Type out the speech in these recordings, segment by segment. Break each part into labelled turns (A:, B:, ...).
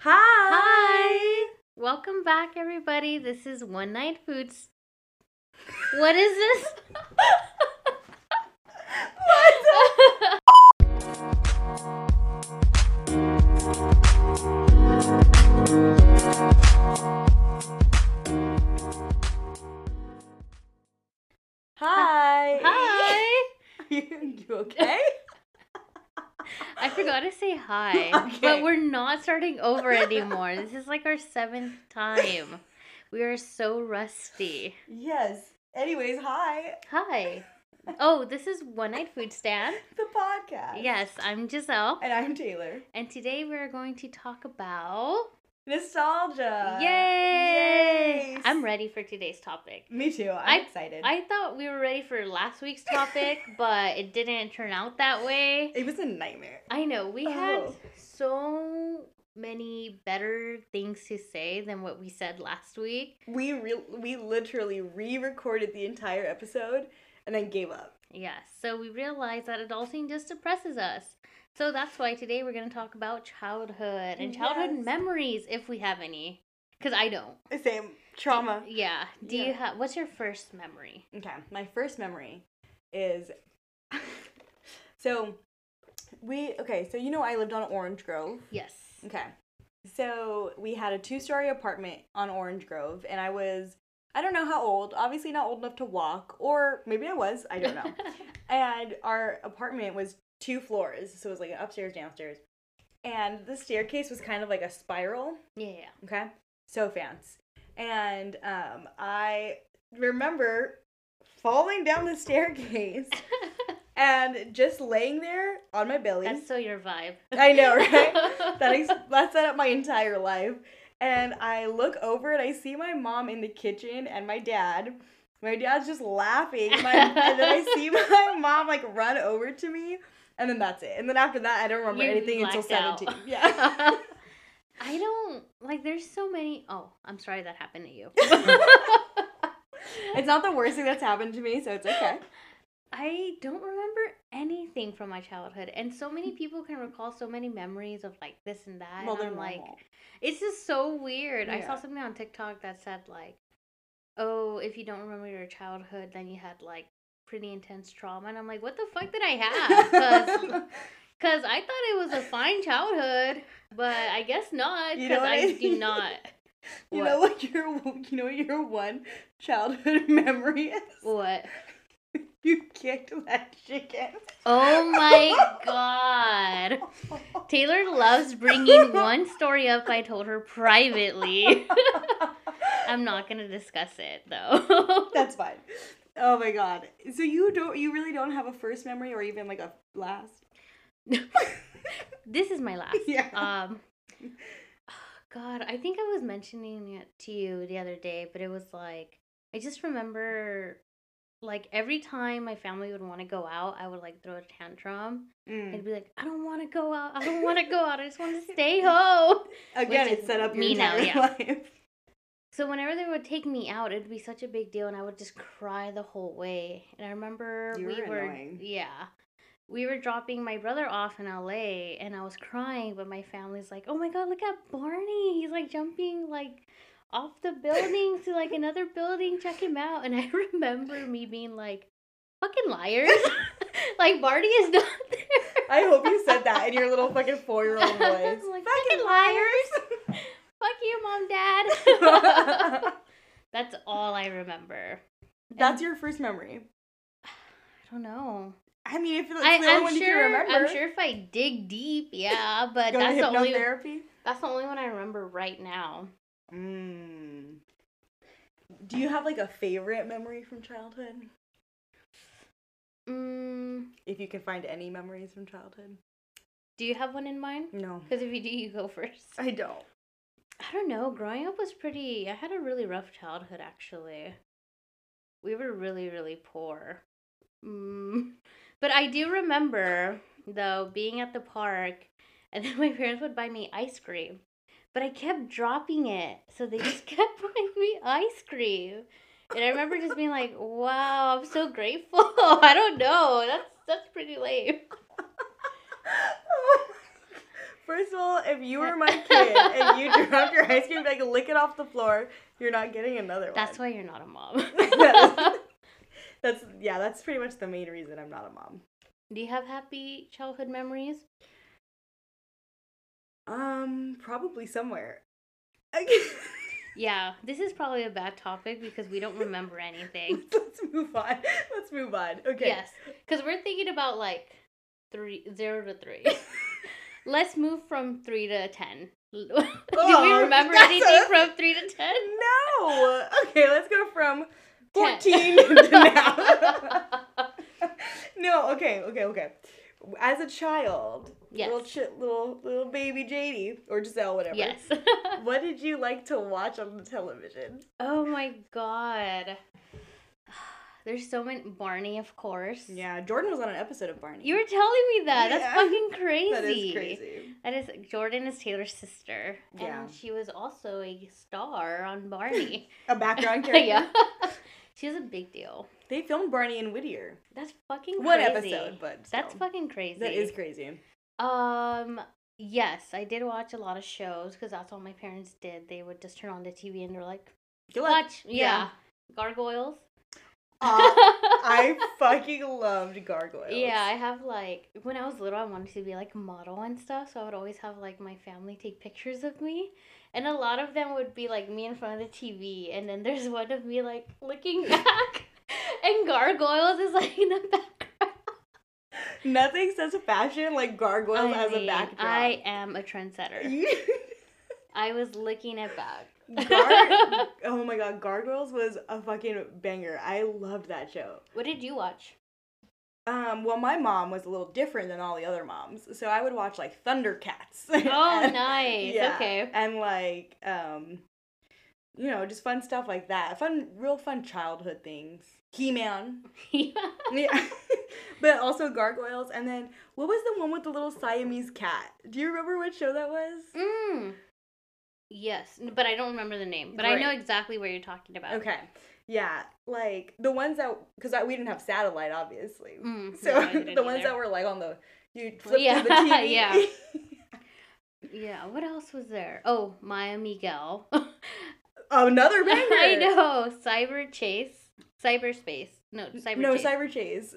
A: Hi.
B: Hi. Welcome back, everybody. This is One Night Foods. What is this?
A: Hi.
B: Hi.
A: you, you okay?
B: I forgot to say hi,
A: Okay.
B: but we're not starting over anymore. This is like our seventh time. We are so rusty.
A: yes. Anyways, hi.
B: Hi. Oh, this is One Night Food Stand.
A: The podcast.
B: Yes, I'm Giselle.
A: And I'm Taylor.
B: And today we're going to talk about.
A: Nostalgia.
B: Yay!
A: Yay.
B: I'm ready for today's topic.
A: Me too. I'm
B: I-
A: excited.
B: I thought we were ready for last week's topic, but it didn't turn out that way.
A: it was a nightmare.
B: I know we had
A: Oh.
B: so many better things to say than what we said last week.
A: We re- we literally re-recorded the entire episode and then gave up.
B: Yes, so we realized that adulting just depresses us. So that's why today we're going to talk about childhood and childhood
A: Yes.
B: memories if we have any. Cuz I don't.
A: Same trauma.
B: Yeah. Do
A: Yeah.
B: you have what's your first memory?
A: Okay, my first memory is so we okay, so you know I lived on Orange Grove.
B: Yes.
A: Okay. So we had a two-story apartment on Orange Grove and I was I don't know how old, obviously not old enough to walk or maybe I was, I don't know. and our apartment was two floors, so it was like upstairs, downstairs. And the staircase was kind of like a spiral.
B: yeah.
A: Okay. So fans. And um, I remember falling down the staircase and just laying there on my belly.
B: That's so your vibe.
A: I know, right? that ex- that set up my entire life. And I look over and I see my mom in the kitchen and my dad. My dad's just laughing. My, and then I see my mom like run over to me. And then that's it. And then after that, I don't remember
B: You
A: anything until
B: blacked out.
A: 17. Yeah.
B: I don't like. There's so many. Oh, I'm sorry that happened to you.
A: it's not the worst thing that's happened to me, so it's okay.
B: I don't remember anything from my childhood, and so many people can recall so many memories of like this and that.
A: Well,
B: and
A: they're
B: I'm like,
A: normal.
B: it's just so weird. I
A: Yeah.
B: saw something on TikTok that said like, "Oh, if you don't remember your childhood, then you had like pretty intense trauma." And I'm like, "What the fuck did I have?" 'Cause Because I thought it was a fine childhood, but I guess not.
A: You
B: Because
A: know what
B: I,
A: I-
B: do not.
A: you know what your you know what your one childhood memory is?
B: What?
A: You kicked that chicken.
B: Oh my god. Taylor loves bringing one story up I told her privately. I'm not going to discuss it though.
A: That's fine. Oh my god. So you don't you really don't have a first memory or even like a last?
B: this is my last.
A: Yeah.
B: Um God, I think I was mentioning it to you the other day, but it was like I just remember like every time my family would want to go out, I would like throw a tantrum
A: Mm.
B: and be like, I don't want to go out. I don't want to go out. I just want to stay home.
A: Again,
B: Which
A: it
B: is
A: set up your
B: me now,
A: entire
B: yeah.
A: life.
B: So whenever they would take me out, it'd be such a big deal, and I would just cry the whole way. And I remember
A: You
B: we
A: were
B: were,
A: annoying.
B: yeah, we were dropping my brother off in L.A., and I was crying, but my family's like, "Oh my God, look at Barney! He's like jumping like off the building to like another building. Check him out!" And I remember me being like, "Fucking liars! like Barney is not there."
A: I hope you said that in your little fucking four year old voice.
B: I'm like, fucking liars! Fuck you, mom, dad. That's all I remember.
A: That's your first memory.
B: I don't know.
A: I mean, if it's
B: I,
A: the only
B: I'm
A: one you
B: sure.
A: can remember,
B: I'm sure if I dig deep, yeah. But
A: go to
B: that's the only.
A: hypnotherapy.
B: That's the only one I remember right now.
A: Mm. Do you have like a favorite memory from childhood?
B: Mm,
A: If you can find any memories from childhood?
B: do you have one in mind?
A: No.
B: Because if you do, you go first. I,
A: I don't.
B: don't know. Growing up was pretty. I had a really rough childhood, actually. We were really, really poor. Mm. But I do remember, though, being at the park, and then my parents would buy me ice cream. But I kept dropping it. So they just kept buying me ice cream. And I remember just being like, wow, I'm so grateful. I don't know. That's that's pretty lame.
A: First of all, if you were my kid and you dropped your ice cream, like lick it off the floor, you're not getting another
B: That's
A: one.
B: why you're not a mom.
A: That's yeah. That's pretty much the main reason I'm not a mom.
B: Do you have happy childhood memories?
A: Um, probably somewhere.
B: Yeah, this is probably a bad topic because we don't remember anything.
A: Let's move on. Let's move on. Okay.
B: Yes, because we're thinking about like three, zero to three. Let's move from three to ten. Do we
A: Oh,
B: remember
A: that's
B: anything
A: a-
B: from three to ten?
A: No. Okay, let's go from
B: Ten.
A: 14 to now. no. Okay. Okay. Okay. As a child,
B: Yes.
A: little ch- little little baby JD or Giselle, whatever.
B: yes.
A: What did you like to watch on the television?
B: oh my god. There's so many. Barney, of course.
A: Yeah, Jordan was on an episode of Barney.
B: You were telling me that. That's
A: Yeah.
B: fucking crazy.
A: That is crazy.
B: That is Jordan is Taylor's sister,
A: Yeah.
B: and she was also a star on Barney.
A: A background character.
B: yeah, she was a big deal.
A: They filmed Barney and Whittier.
B: That's fucking crazy.
A: One episode, but
B: That's
A: still.
B: fucking crazy.
A: That is crazy.
B: Um. Yes, I did watch a lot of shows because that's all my parents did. They would just turn on the TV and they're like,
A: Good luck.
B: "Watch, yeah, gargoyles."
A: Aw, I fucking loved Gargoyles.
B: Yeah, I have like when I was little, I wanted to be like a model and stuff, so I would always have like my family take pictures of me, and a lot of them would be like me in front of the TV, and then there's one of me like looking back, and gargoyles is like in the background.
A: Nothing says fashion like Gargoyles
B: I
A: as a
B: mean,
A: backdrop.
B: I am a trendsetter. I was looking it back.
A: Gar- oh my god, Gargoyles was a fucking banger. I loved that show.
B: What did you watch?
A: Um, well, my mom was a little different than all the other moms, so I would watch like Thundercats.
B: Oh,
A: And-
B: nice. Okay.
A: And like, um, you know, just fun stuff like that. Fun, real fun childhood things. He Man. Yeah. but also Gargoyles. And then what was the one with the little Siamese cat? Do you remember what show that was?
B: mm. Yes, n- but I don't remember the name. But I know
A: Right.
B: exactly what you're talking about.
A: Okay. Yeah. Like the ones that, because we didn't have satellite, obviously.
B: Mm,
A: So
B: no, I
A: the
B: didn't
A: ones
B: either.
A: that were like on the, you flip
B: Yeah,
A: through the TV.
B: yeah. Yeah. What else was there? Oh, Maya Miguel.
A: Another banger.
B: I know. Cyber Chase. Cyberspace. No, Cyber
A: no,
B: Chase.
A: Cyber Chase.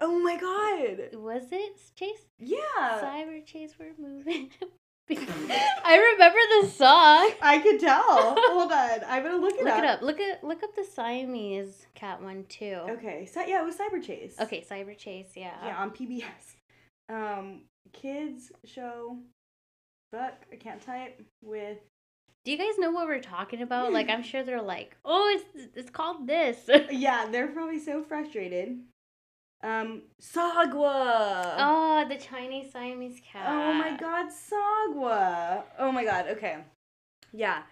A: Oh my god.
B: Was it Chase?
A: Yeah.
B: Cyber Chase, we're moving. I remember the song.
A: I could tell. Hold on. I'm going to look it
B: Look
A: up.
B: it up. Look at look up the Siamese cat one too.
A: Okay. So, yeah, it was Cyber Chase.
B: Okay, Cyber Chase, yeah.
A: Yeah, on PBS. Um, kids show. Fuck, I can't type with.
B: Do you guys know what we're talking about? Like, I'm sure they're like, oh, it's it's called this.
A: Oh. Yeah, they're probably so frustrated. Um, Sagwa.
B: oh, the Chinese Siamese cat.
A: Oh my God, Sagwa. Oh my God. Okay. Yeah.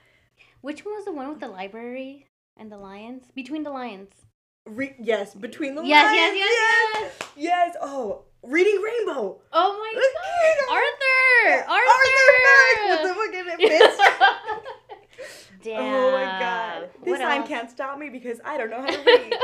B: Which one was the one with the library and the lions? Between the lions.
A: Re- yes, between the
B: Yes,
A: lines.
B: yes, yes,
A: yes, yes. Oh, reading rainbow.
B: Oh my
A: Look
B: god.
A: at that.
B: Arthur!
A: Arthur
B: Arthur!
A: Mack with the fucking fist.
B: Damn.
A: Oh my god. This
B: What
A: time
B: else?
A: can't stop me because I don't know how to read.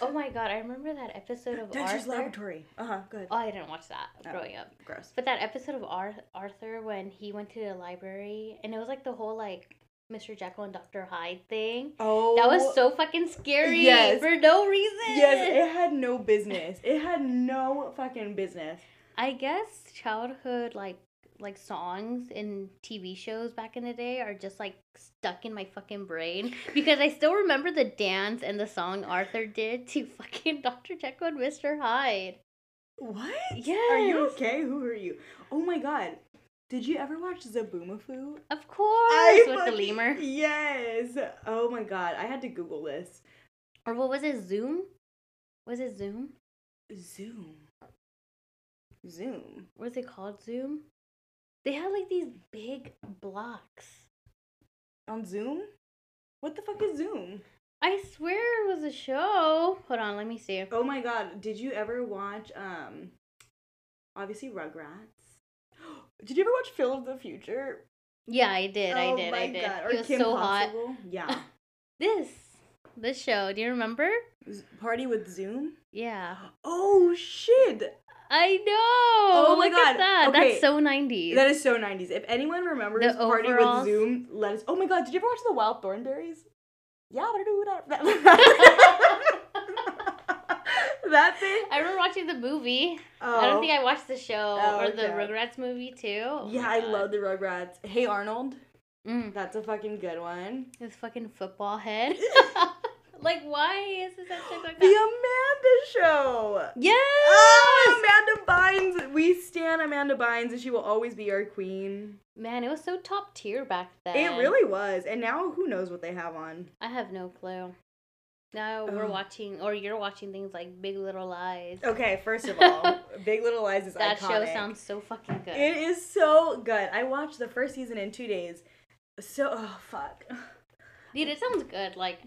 B: Oh my god, I remember that episode of
A: Dexter's
B: Arthur.
A: Laboratory. Uh huh. Go ahead.
B: Oh, I didn't watch that
A: Oh.
B: growing up.
A: Gross.
B: But that episode of Ar- Arthur when he went to the library and it was like the whole like Mr. Jekyll and Dr. Hyde thing.
A: Oh.
B: That was so fucking scary
A: Yes.
B: for no reason.
A: Yes, it had no business. It had no fucking business.
B: I guess childhood like like songs and TV shows back in the day are just like stuck in my fucking brain because I still remember the dance and the song Arthur did to fucking Dr. Jekyll and Mr. Hyde.
A: What?
B: Yes.
A: Are you okay? Who are you? Oh my god. Did you ever watch Zaboomafoo?
B: Of course, Oh, with the
A: fucking-
B: lemur.
A: Yes. Oh my god. I had to Google this.
B: Or what was it? Zoom? Was it Zoom?
A: Zoom. Zoom.
B: What was it called? Zoom? They had like these big blocks.
A: On Zoom? What the fuck is Zoom?
B: I swear it was a show. Hold on, let me see.
A: Oh my god. Did you ever watch um obviously Rugrats? Did you ever watch Phil of the Future?
B: Yeah, I did. I
A: Oh
B: did.
A: my
B: I did.
A: God. Or
B: It was
A: Kim
B: so hot.
A: Possible? Yeah.
B: This this show. Do you remember?
A: Z- Party with Zoom?
B: Yeah.
A: Oh shit!
B: I know. Oh
A: my
B: my Look
A: God.
B: At that.
A: Okay.
B: That's so 90s.
A: That is so 90s. If anyone remembers
B: The
A: Party
B: overalls.
A: with Zoom, let us. Oh my god, did you ever watch The Wild Thornberries? Yeah, but I do that. That thing.
B: I remember watching the movie.
A: Oh.
B: I don't think I watched the show
A: Oh,
B: or the
A: okay.
B: Rugrats movie too. Oh
A: yeah,
B: my
A: I
B: God.
A: love the Rugrats. Hey Arnold,
B: Mm,
A: that's a fucking good one.
B: his fucking football head. like, why is his head shaped like
A: The
B: that?
A: Amanda Show.
B: Yes.
A: Oh, Amanda Bynes. We stand Amanda Bynes, and she will always be our queen.
B: Man, it was so top tier back then.
A: It really was, and now who knows what they have on?
B: I have no clue. Now we're
A: Ugh.
B: watching, or you're watching things like Big Little Lies.
A: Okay, first of all, Big Little Lies is
B: that
A: Oh, iconic.
B: show sounds so fucking good.
A: It is so good. I watched the first season in two days. So oh fuck.
B: Dude, it sounds good. Like,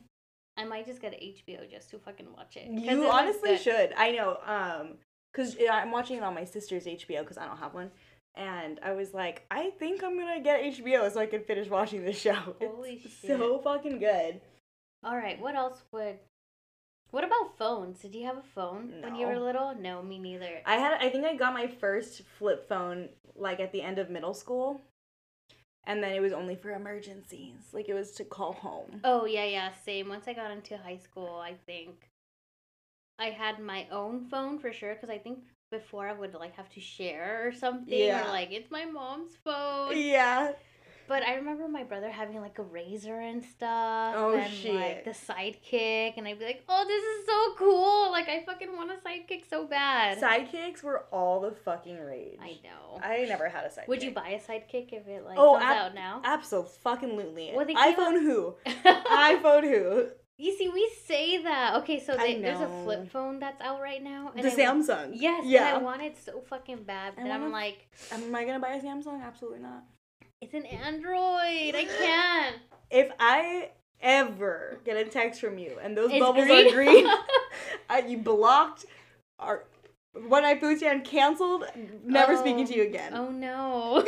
B: I might just get HBO just to fucking watch it. 'cause it
A: You
B: looks
A: honestly
B: good.
A: should. I know. Um, because I'm watching it on my sister's HBO because I don't have one, and I was like, I think I'm gonna get HBO so I can finish watching this show.
B: Holy
A: it's
B: shit.
A: so fucking good.
B: All right, what else would. What about phones? Did you have a phone when you were
A: No.
B: little? No, me neither.
A: I had. I think I got my first flip phone like at the end of middle school, and then it was only for emergencies. Like it was to call home.
B: Oh, yeah, yeah, same. Once I got into high school, I think I had my own phone for sure because I think before I would like have to share or something
A: Yeah.
B: or like it's my mom's phone.
A: Yeah.
B: But I remember my brother having like a razor and stuff.
A: Oh,
B: and,
A: shit.
B: Like the sidekick, and I'd be like, "Oh, this is so cool! Like I fucking want a sidekick so bad."
A: Sidekicks were all the fucking rage.
B: I know.
A: I never had a sidekick.
B: Would you buy a sidekick if it like
A: Oh,
B: comes
A: ab-
B: out now?
A: Absolutely.
B: Well, they came
A: iPhone who? iPhone who?
B: you see, we say that. Okay, so
A: I
B: they, there's a
A: know.
B: flip phone that's out right now.
A: the
B: I wa-
A: Samsung.
B: Yes.
A: Yeah.
B: And I want it so fucking bad,
A: I
B: but I'm
A: wanna-
B: like,
A: Am I gonna buy a Samsung? Absolutely not.
B: it's an Android. I can't.
A: If I ever get a text from you and those
B: It's
A: bubbles are
B: green.
A: green, I, you blocked, our one night food stand canceled. Never speaking
B: Oh.
A: to you again.
B: oh no.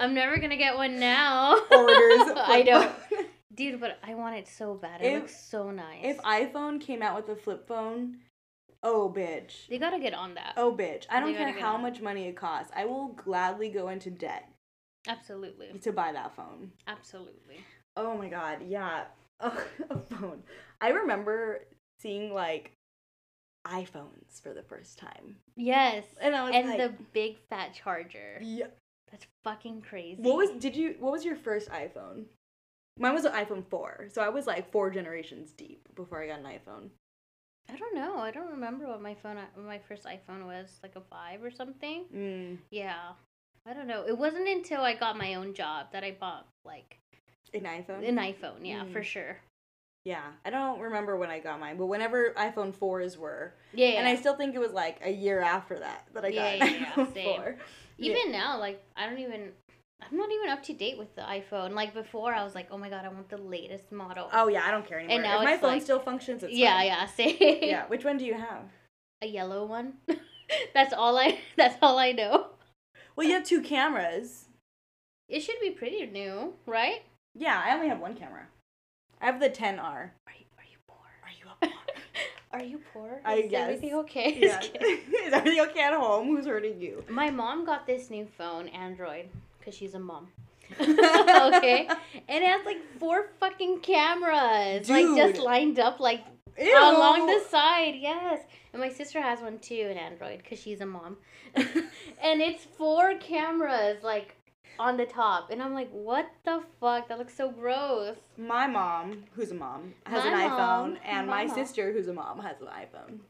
B: I'm never gonna get one now.
A: Orders.
B: I
A: flip
B: know.
A: phone.
B: Dude, but I want it so bad. It
A: If-
B: looks so nice.
A: If iPhone came out with a flip phone, oh bitch.
B: they gotta get on that.
A: Oh bitch. I don't
B: They gotta
A: care
B: get
A: how
B: on it.
A: much money it costs. I will gladly go into debt
B: Absolutely.
A: to buy that phone.
B: Absolutely.
A: Oh my god, yeah. a phone. I remember seeing like iPhones for the first time.
B: Yes.
A: And I was
B: And
A: like
B: the big fat charger.
A: yeah.
B: That's fucking crazy.
A: What was did you what was your first iPhone? Mine was an iPhone 4. So I was like 4 generations deep before I got an iPhone.
B: I don't know. I don't remember what my phone what my first iPhone was, like a 5 or something.
A: Mm.
B: Yeah. I don't know. It wasn't until I got my own job that I bought like
A: An iPhone?
B: an iPhone. Yeah,
A: Mm.
B: for sure.
A: yeah. I don't remember when I got mine, but whenever iPhone 4s were,
B: Yeah.
A: and I
B: yeah.
A: still think it was like a year after that that I got
B: Yeah,
A: an
B: yeah, yeah,
A: iPhone
B: same.
A: 4. yeah.
B: even now like I don't even I'm not even up to date with the iPhone. Like before I was like, "Oh my god, I want the latest model."
A: Oh yeah, I don't care anymore.
B: now
A: if my
B: it's
A: phone
B: like-
A: still functions, it's
B: yeah,
A: fine.
B: yeah, same.
A: Yeah, which one do you have?
B: a yellow one. that's all I. That's all I know.
A: Well, you have two cameras.
B: It should be pretty new, right?
A: Yeah, I only have one camera. I have the 10R. Are
B: Are you Are you poor?
A: you up?
B: Are you poor?
A: I
B: Is
A: guess.
B: everything okay?
A: yeah.
B: Just kidding.
A: Is everything okay at home? Who's hurting you?
B: My mom got this new phone, Android, because she's a mom. okay, and it has like four fucking cameras, like
A: Dude.
B: just lined up like
A: Ew.
B: along the side. Yes, and my sister has one too, an Android, because she's a mom, and it's four cameras like on the top, and I'm like, what the fuck? That looks so gross.
A: My mom, who's a mom, has
B: My
A: an
B: mom,
A: iPhone, and my
B: mama.
A: sister, who's a mom, has an iPhone.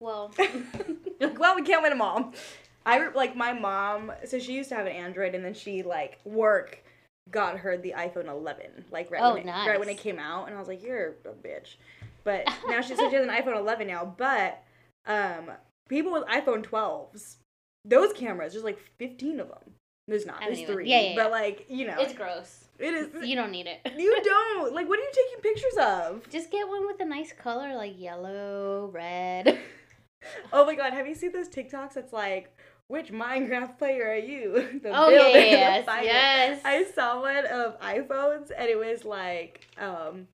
B: Well,
A: You're like, well, we can't win them all. I re- like my mom. So she used to have an Android, and then she like work got her the iPhone 11, like right
B: Oh,
A: when it, right when it
B: nice.
A: came out, and I was like, you're a bitch. But now she says she has an iPhone 11 now. But um, people with iPhone 12s, those cameras, there's like 15 of them. There's not.
B: I don't
A: There's
B: even-
A: three.
B: yeah, yeah,
A: but
B: yeah.
A: like you know,
B: it's gross.
A: it is.
B: You don't need it.
A: you don't like. What are you taking pictures of?
B: Just get one with a nice color like yellow, red.
A: Oh my god, have you seen those TikToks that's like, which Minecraft player are you? The
B: Oh yeah,
A: builder, the
B: yeah, yes,
A: fighter.
B: yes.
A: I saw one of iPhones and it was like, um,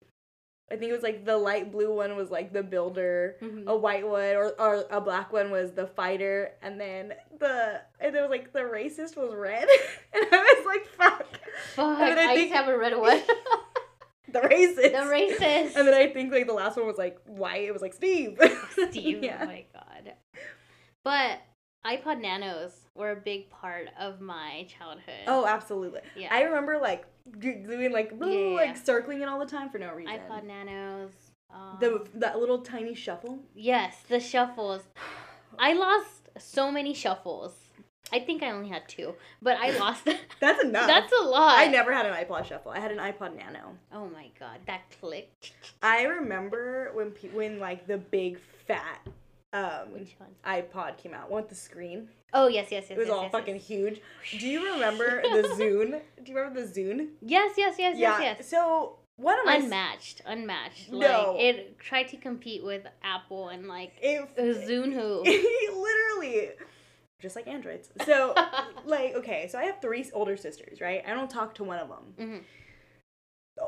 A: I think it was like the light blue one was like the builder,
B: Mhm.
A: a white one or, or a black one was the fighter, and then the and it was like the racist was red, and I was like fuck
B: Fuck,
A: I mean, I
B: I,
A: think-
B: used to have a red one.
A: the racist,
B: the racist.
A: and then I think like the last one was like white, it was like Steve,
B: Steve. Oh
A: yeah,
B: my god. But iPod Nanos were a big part of my childhood.
A: oh absolutely.
B: yeah.
A: I remember like do- doing like blah,
B: Yeah.
A: like circling it all the time for no reason.
B: iPod Nanos. Um,
A: the that little tiny shuffle.
B: yes, the shuffles. I lost so many shuffles. I think I only had two, but I lost.
A: That's enough.
B: That's a lot.
A: I never had an iPod shuffle. I had an iPod Nano.
B: Oh my god, that clicked.
A: I remember when pe- when like the big fat um
B: Which one?
A: iPod came out, one with the screen.
B: Oh yes, yes, yes.
A: It was
B: yes,
A: all
B: yes,
A: fucking
B: Yes.
A: huge. Do you remember the Zune? Do you remember the Zune?
B: Yes, yes, yes, yes, yes.
A: So one of my s-
B: Unmatched, unmatched.
A: No.
B: Like it tried to compete with Apple and like
A: if
B: Zune.
A: literally just like androids. So like okay, so I have three older sisters, right? I don't talk to one of them.
B: Mhm.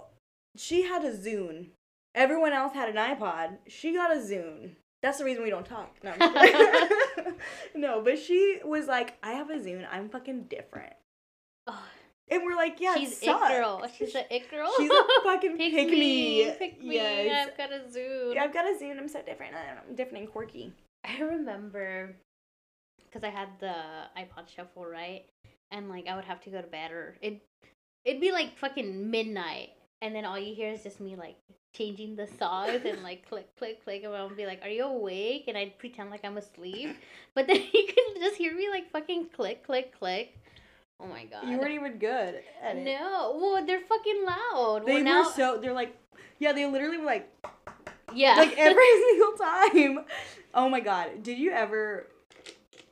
A: She had a Zune. Everyone else had an iPod. She got a Zune. That's the reason we don't talk. No, I'm kidding. no, but she was like, I have a Zune. I'm fucking different.
B: Oh,
A: And we're like, yeah,
B: she's
A: it sucks.
B: it girl. She's an it girl.
A: She's a fucking
B: pick,
A: pick,
B: me, pick me.
A: Yes.
B: I've got a Zune.
A: I've got a Zune. I'm so different. I don't know. I'm different and quirky.
B: I remember because I had the iPod Shuffle, right? And like I would have to go to bed, or it it'd be like fucking midnight, and then all you hear is just me like changing the songs and like click click click, and I would be like, "Are you awake?" And I'd pretend like I'm asleep, but then you could just hear me like fucking click click click. Oh my god!
A: You weren't even good at it.
B: no, well they're fucking loud.
A: They
B: well, now,
A: were so. They're like, yeah. They literally were like,
B: yeah.
A: like every single time. Oh my god. Did you ever?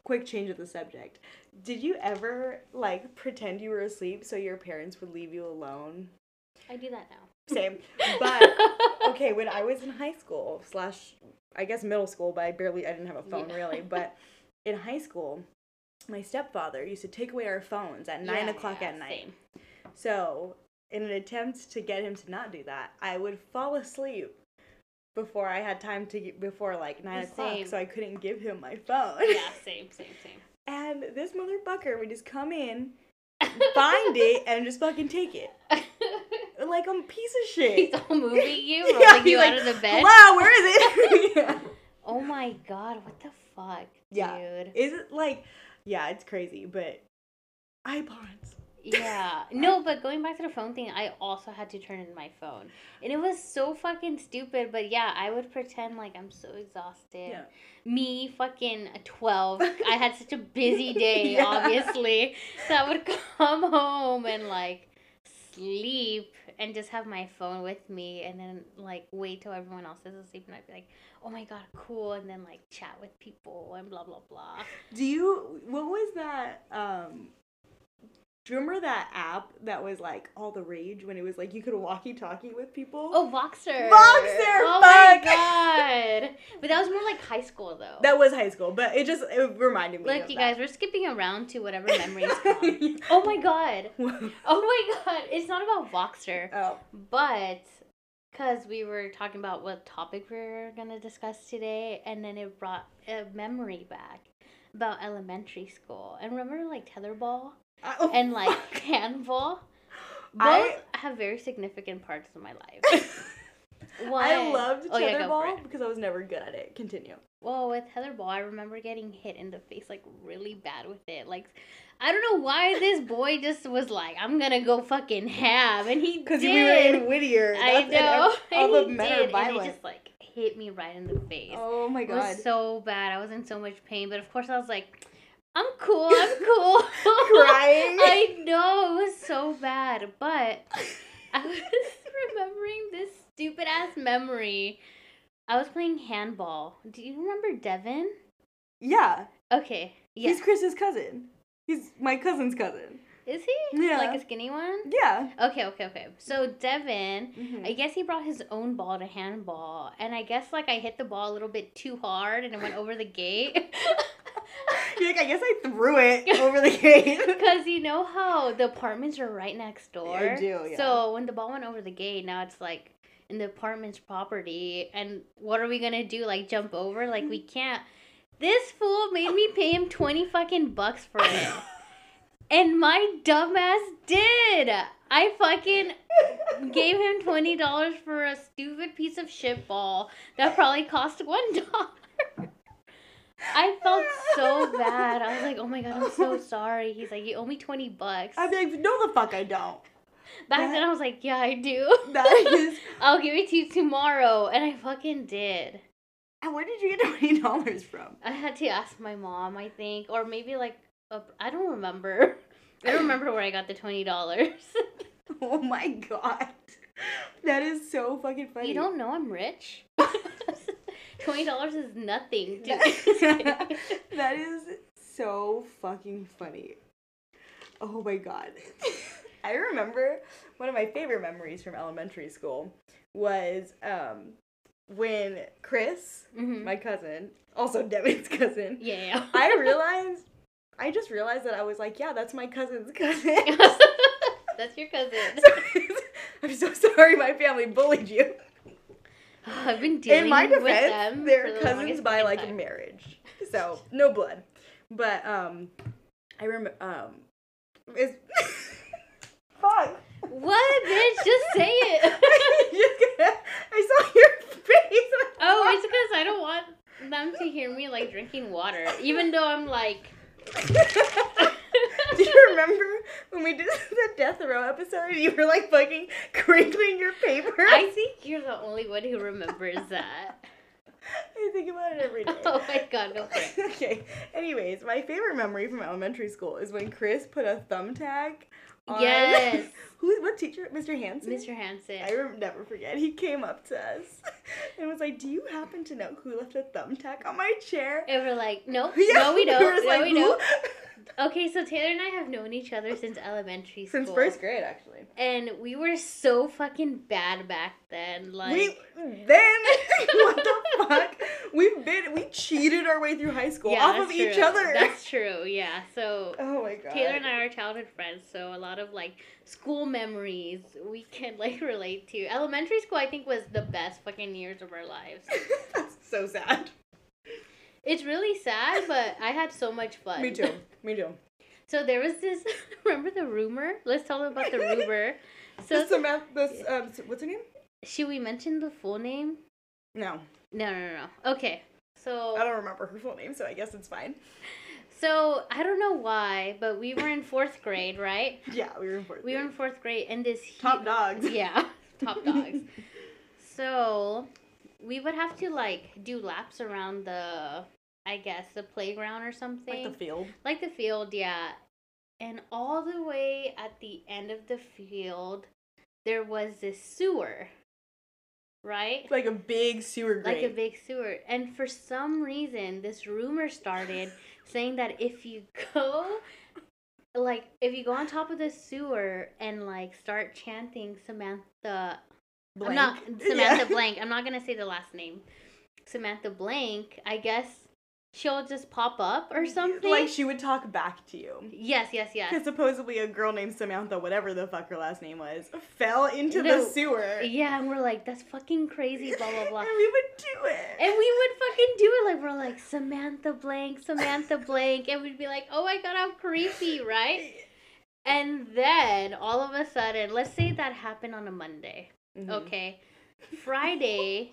A: Quick change of the subject. Did you ever like pretend you were asleep so your parents would leave you alone?
B: I do that now.
A: Same. But okay, when I was in high school slash, I guess middle school, but I barely, I didn't have a phone
B: Yeah.
A: really. But in high school, my stepfather used to take away our phones at
B: Yeah,
A: nine o'clock
B: yeah,
A: at night.
B: same.
A: So, in an attempt to get him to not do that, I would fall asleep before I had time to get before like nine
B: Same.
A: o'clock, so I couldn't give him my phone.
B: Yeah, same, same, same.
A: And this motherfucker would just come in, find it, and just fucking take it like I'm a piece of
B: He's
A: shit.
B: all moving you,
A: Yeah,
B: rolling
A: he's
B: you
A: like,
B: out of the bed.
A: Wow, where is it? yeah.
B: Oh my god, what the fuck,
A: Yeah.
B: dude?
A: Is it like, yeah, it's crazy, but iPods.
B: Yeah. No, but going back to the phone thing, I also had to turn in my phone. And it was so fucking stupid, but yeah, I would pretend like I'm so exhausted.
A: Yeah.
B: Me fucking 12. I had such a busy day,
A: Yeah.
B: obviously. So I would come home and like sleep and just have my phone with me and then like wait till everyone else is asleep and I'd be like, oh my god, cool. And then like chat with people and blah, blah, blah.
A: Do you? What was that? Um, do you remember that app that was like all the rage when it was like you could walkie-talkie with people?
B: Oh, Voxer.
A: Voxer,
B: Oh my
A: fuck.
B: god. But that was more like high school though.
A: that was high school, but it just it reminded me.
B: Look,
A: of
B: you
A: that.
B: guys, we're skipping around to whatever memories come. Oh my god. Oh my god. It's not about Voxer,
A: oh,
B: but because we were talking about what topic we are going to discuss today, and then it brought a memory back about elementary school. And remember, like, tetherball
A: I- oh,
B: and, like,
A: fuck.
B: handball? Both
A: I-
B: have very significant parts of my life. One,
A: I loved
B: Oh, yeah, go for
A: tetherball
B: it.
A: because I was never good at it. Continue.
B: Well, with Heatherball, I remember getting hit in the face like really bad with it. Like, I don't know why this boy just was like, "I'm gonna go fucking ham," and he
A: Because
B: did.
A: we were in Whittier. that's-
B: I
A: and
B: know.
A: ev- all the
B: and he
A: men
B: did,
A: are
B: And it
A: violent.
B: just like hit me right in the face.
A: Oh my
B: it
A: god.
B: was so bad. I was in so much pain, but of course I was like, "I'm cool. I'm cool."
A: Crying.
B: I know it was so bad, but I was remembering this stupid ass memory. I was playing handball. Do you remember Devin?
A: yeah.
B: Okay. Yeah.
A: He's Chris's cousin. He's my cousin's cousin.
B: Is he?
A: Yeah.
B: Like a skinny one?
A: Yeah.
B: Okay, okay, okay. So Devin,
A: Mhm.
B: I guess he brought his own ball to handball, and I guess like I hit the ball a little bit too hard, and it went over the gate.
A: You're like, I guess I threw it over the gate.
B: Because you know how the apartments are right next door.
A: do, yeah.
B: So when the ball went over the gate, now it's like in the apartment's property and what are we gonna do like jump over like we can't this fool made me pay him 20 fucking bucks for it and my dumbass did i fucking gave him $20 for a stupid piece of shit ball that probably cost one dollar i felt so bad i was like oh my god i'm so sorry he's like you owe me 20 bucks
A: I'm like, no, the fuck I don't.
B: back then i was like yeah i do
A: That is.
B: I'll give it to you tomorrow. And I fucking did.
A: And Where did you get twenty dollars from?
B: I had to ask my mom, I think, or maybe like, a, I don't remember. I don't remember where I got the $20.
A: Oh my god, that is so fucking funny.
B: you don't know I'm rich? $20 is nothing. Dude.
A: That- that is so fucking funny. Oh my god. I remember one of my favorite memories from elementary school was um, when Chris,
B: Mhm.
A: my cousin, also Devin's cousin,
B: yeah.
A: I realized, I just realized that I was like, yeah, that's my cousin's cousin.
B: That's your cousin.
A: I'm so sorry my family bullied you.
B: I've been dealing
A: In my
B: with
A: defense,
B: them. for
A: they're
B: the
A: cousins
B: longest
A: by
B: fucking
A: like
B: time.
A: marriage, so no blood. But um, I remember um, it's fuck.
B: What, bitch? Just say it.
A: I saw your face.
B: oh, it's because I don't want them to hear me like drinking water, even though I'm like.
A: Do you remember when we did the death row episode? You were like fucking crinkling your paper.
B: I think you're the only one who remembers that.
A: I think about it every day.
B: Oh my god, no way.
A: okay. Anyways, my favorite memory from elementary school is when Chris put a thumbtack. On,
B: Yes.
A: Who? What teacher? Mr. Hansen.
B: Mr. Hansen.
A: I will never forget. He came up to us and was like, "Do you happen to know who left a thumbtack on my chair?"
B: And we're like, nope,
A: Yeah,
B: Eh, no, we don't.
A: were
B: No,
A: just like,
B: we
A: "Who?"
B: don't. Okay, so Taylor and I have known each other since elementary school.
A: Since first grade, actually.
B: And we were so fucking bad back then. Like,
A: we then what the fuck? We've been we cheated our way through high school
B: yeah,
A: off
B: that's
A: of each
B: true.
A: other.
B: That's true, yeah. So
A: oh my god.
B: Taylor and I are childhood friends, so a lot of like school memories we can like relate to. Elementary school, I think, was the best fucking years of our lives.
A: That's so sad.
B: It's really sad, but I had so much fun.
A: Me too. Me too.
B: So there was this. Remember the rumor? Let's tell them about the rumor. So
A: This Samantha, this, um, s- what's her name?
B: should we mention the full name?
A: No,
B: No, no, no. no. Okay.
A: I
B: So
A: don't remember her full name, so I guess it's fine.
B: so I don't know why, but we were in fourth grade, right?
A: Yeah, we were in fourth
B: We were in
A: grade.
B: fourth grade, and this hu-
A: top dogs.
B: Yeah, top dogs. So we would have to like do laps around the, I guess the playground or something.
A: like the field.
B: like the field, yeah. And all the way at the end of the field, there was this sewer, right?
A: Like a big sewer grate.
B: Like a big sewer. And for some reason, this rumor started saying that if you go, like, if you go on top of the sewer and, like, start chanting Samantha I'm not Samantha
A: Yeah.
B: Blank. I'm not gonna say the last name. Samantha Blank. I guess she'll just pop up or something.
A: Like she would talk back to you.
B: yes, yes, yes.
A: Because supposedly a girl named Samantha, whatever the fuck her last name was, fell into
B: No.
A: the sewer.
B: Yeah, and we're like, that's fucking crazy. Blah blah blah.
A: and we would do it.
B: And we would fucking do it like we're like Samantha Blank, Samantha Blank, and we'd be like, oh my god, how creepy, right? And then all of a sudden, let's say that happened on a Monday,
A: Mhm.
B: okay? Friday,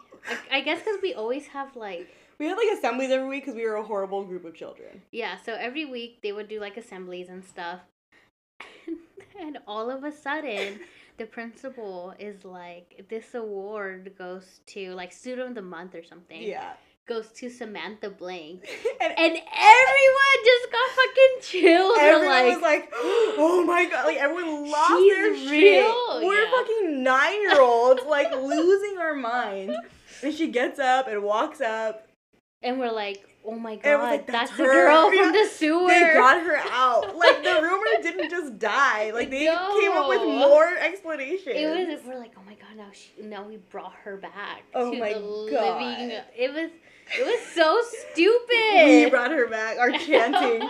B: I, I guess because we always have like
A: We had like assemblies every week because we were a horrible group of children.
B: Yeah, so every week they would do like assemblies and stuff. And all of a sudden, the principal is like, this award goes to, like, student of the month or something,
A: Yeah.
B: goes to Samantha Blank.
A: And,
B: And everyone just got fucking chilled. They're
A: everyone
B: like,
A: was like, "Oh my god!" Like everyone lost
B: She's
A: their
B: real,
A: shit. We're
B: yeah.
A: fucking nine year olds, like losing our minds. And she gets up and walks up.
B: and we're like, oh my god,
A: Everyone's like,
B: that's,
A: "That's
B: the
A: her."
B: girl from
A: Yeah.
B: the sewer.
A: They got her out. Like the rumor didn't just die. Like they
B: No.
A: came up with more explanations.
B: It was. We're like, oh my god, now she, now we brought her back
A: Oh
B: to
A: my
B: the living.
A: God.
B: It was, it was so
A: we
B: stupid.
A: brought her back. Our chanting.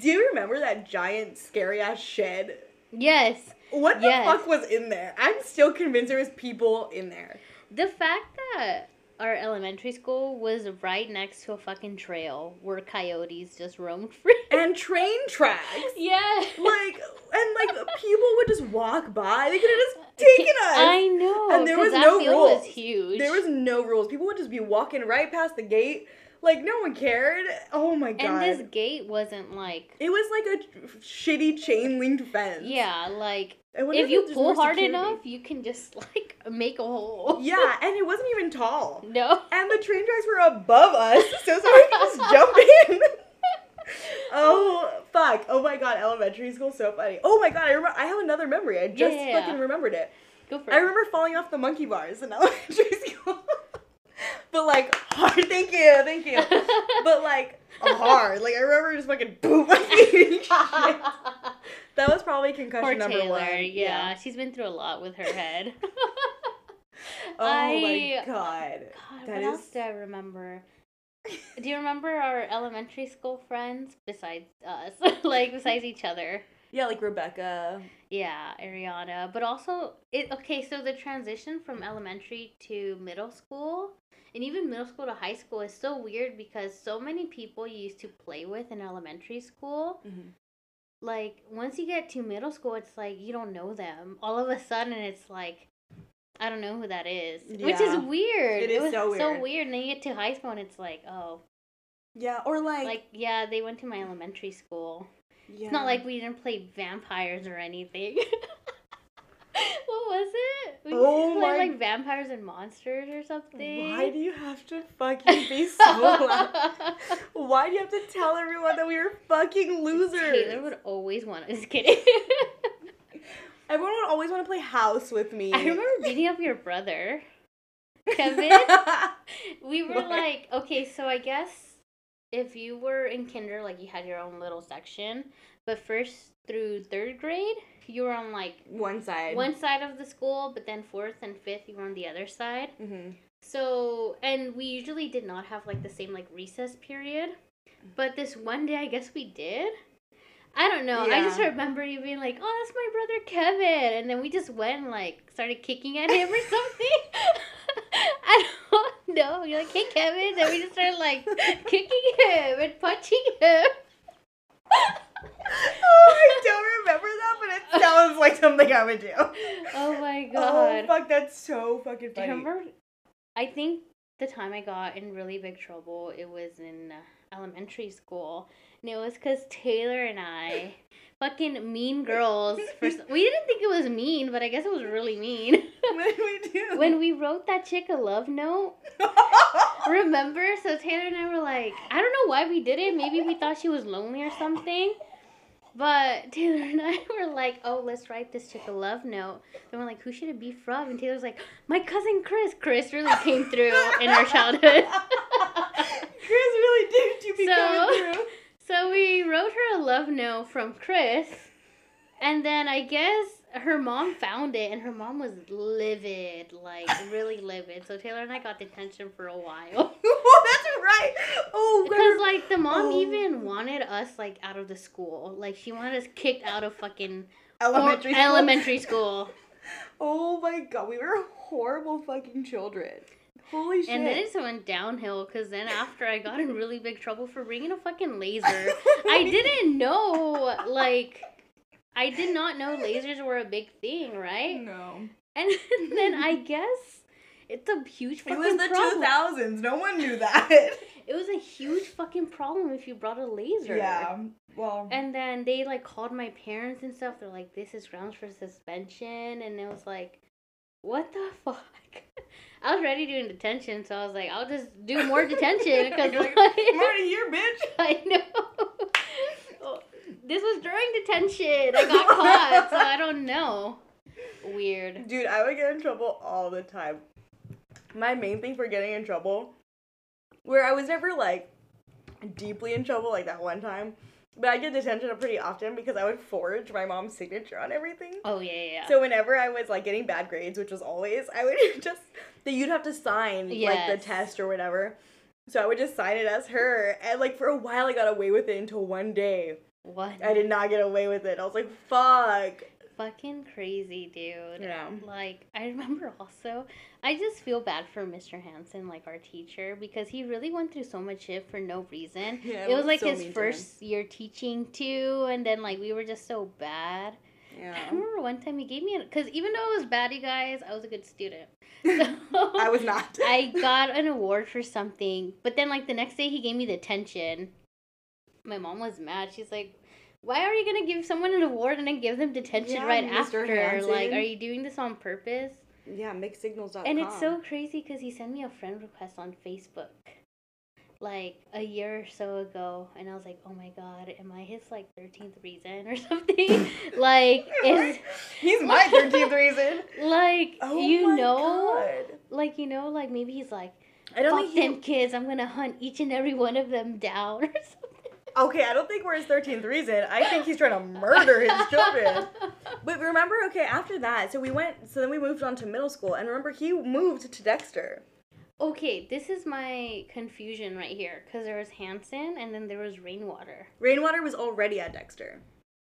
A: Do you remember that giant scary ass shed?
B: yes,
A: What the
B: Yes.
A: fuck was in there? I'm still convinced there was people in there.
B: The fact that our elementary school was right next to a fucking trail where coyotes just roamed free.
A: and train tracks.
B: Yeah.
A: Like and like people would just walk by. They could have just taken us.
B: I know.
A: And there
B: 'cause
A: was
B: that
A: no
B: field
A: rules.
B: was huge.
A: There was no rules. People would just be walking right past the gate. Like no one cared. Oh my god.
B: and this gate wasn't like
A: it was like a shitty chain linked fence.
B: yeah, like
A: I wonder
B: if you
A: there's more
B: pull hard
A: security.
B: enough, you can just like make a hole.
A: Yeah, and it wasn't even tall.
B: No.
A: And the train tracks were above us, so somebody could just jump in. oh fuck! Oh my god, elementary school, so funny. Oh my god, I remember. I have another memory. I just
B: yeah, yeah.
A: fucking remembered it.
B: Go for
A: I
B: it.
A: remember falling off the monkey bars in elementary school. but like hard. Thank you, thank you. But like hard. Like I remember just fucking boom. my feet. that was probably concussion
B: Poor
A: number
B: Taylor.
A: one.
B: Yeah. she's been through a lot with her head.
A: Oh
B: I-
A: my god.
B: God,
A: That
B: what else
A: is-
B: do I remember? Do you remember our elementary school friends besides us, like besides each other?
A: Yeah, like Rebecca.
B: Yeah, Ariana. But also, it okay. So the transition from elementary to middle school, and even middle school to high school, is so weird because so many people you used to play with in elementary school.
A: Mm-hmm.
B: Like once you get to middle school, it's like you don't know them. All of a sudden, it's like I don't know who that is, which is
A: Yeah.
B: weird.
A: It is
B: was
A: so weird.
B: And then you get to high school, and it's like, oh,
A: Yeah, or like,
B: like yeah, they went to my elementary school.
A: yeah.
B: It's not like we didn't play vampires or anything. what was it? We
A: Oh
B: used to play
A: my-
B: like vampires and monsters or something.
A: Why do you have to fucking be so loud? Why do you have to tell everyone that we were fucking
B: Taylor
A: losers?
B: would always want. Just kidding.
A: Everyone would always want to play house with me.
B: I remember beating up your brother, Kevin. We were
A: What?
B: like, okay, so I guess if you were in kinder, like you had your own little section, but first through third grade, you were on like
A: One side.
B: one side of the school, but then fourth and fifth, you were on the other side.
A: hmm
B: So, and we usually did not have like the same like recess period, but this one day I guess we did. I don't know. I just
A: Yeah.
B: remember you being like, "Oh, that's my brother Kevin," and then we just went and, like started kicking at him or something. I don't know. You're like, "Hey, Kevin," and we just started like kicking him and punching him.
A: Oh, I don't remember that, but it sounds like something I would do.
B: Oh my
A: Oh,
B: god!
A: fuck, that's so fucking
B: Do you
A: funny.
B: remember? I think the time I got in really big trouble, it was in elementary school, and it was because Taylor and I, fucking mean girls. For s- we didn't think it was mean, but I guess it was really mean.
A: What did we do?
B: when we wrote that chick a love note, remember? So Taylor and I were like, I don't know why we did it. Maybe we thought she was lonely or something. But Taylor and I were like, oh, let's write this chick a love note. And we're like, who should it be from? And Taylor's like, my cousin Chris. Chris really came through in our childhood.
A: Chris really did to be
B: So-
A: coming through.
B: So we wrote her a love note from Chris. And then I guess her mom found it and her mom was livid, like really livid. So Taylor and I got detention for a while.
A: well, that's right. Oh,
B: Because like the mom
A: Oh.
B: even wanted us like out of the school. Like she wanted us kicked out of fucking or-
A: elementary. school.
B: elementary school.
A: Oh my god, we were horrible fucking children. Holy shit.
B: And then it just went downhill because then after I got in really big trouble for bringing a fucking laser. I didn't know like I did not know lasers were a big thing, right?
A: No.
B: And then I guess it's a huge
A: It
B: fucking
A: was the
B: problem.
A: 2000s. No one knew that.
B: It was a huge fucking problem if you brought a laser.
A: Yeah. Well.
B: And then they like called my parents and stuff. They're like, "This is grounds for suspension," and it was like, "What the fuck?" I was already doing detention, so I was like, "I'll just do more detention." Because
A: You're like, I'm already here, bitch.
B: I know this was during detention. I got caught, so I don't know. Weird.
A: Dude, I would get in trouble all the time. My main thing for getting in trouble, where I was never like deeply in trouble like that one time, but I get detention pretty often because I would forge my mom's signature on everything.
B: Oh yeah, yeah, yeah.
A: So whenever I was like getting bad grades, which was always, I would just that you'd have to sign like
B: Yes.
A: the test or whatever. So I would just sign it as her, and like for a while I got away with it until one day
B: what?
A: I did not get away with it. I was like, "Fuck!"
B: fucking crazy, dude.
A: Yeah.
B: Like, I remember also, I just feel bad for Mr. Hansen, like our teacher, because he really went through so much shit for no reason.
A: Yeah,
B: it was like
A: so mean
B: his
A: to
B: first year teaching too, and then like we were just so bad. I
A: Yeah.
B: remember one time he gave me because even though I was bad, you guys, I was a good student.
A: I was not.
B: I got an award for something, but then like the next day he gave me the detention. My mom was mad. She's like, "Why are you gonna give someone an award and then give them detention
A: Yeah,
B: right
A: Mr.
B: after? Like,
A: Hansen. Oh,
B: are you doing this on purpose?"
A: Yeah, mixedsignals.com.
B: And it's so crazy because he sent me a friend request on Facebook, like a year or so ago, and I was like, "Oh my god, am I his like thirteenth reason or something?" like, it's
A: He's my 13th reason.
B: like
A: Oh
B: you
A: my
B: know,
A: God.
B: like you know, like maybe he's like.
A: I don't
B: Fuck
A: think he
B: them kids. I'm gonna hunt each and every one of them down or something.
A: Okay, I don't think we're his 13th reason. I think he's trying to murder his children. But remember, okay, after that, so we went, so then we moved on to middle school, and remember, he moved to Dexter.
B: okay, this is my confusion right here because there was Hanson and then there was Rainwater.
A: Rainwater was already at Dexter.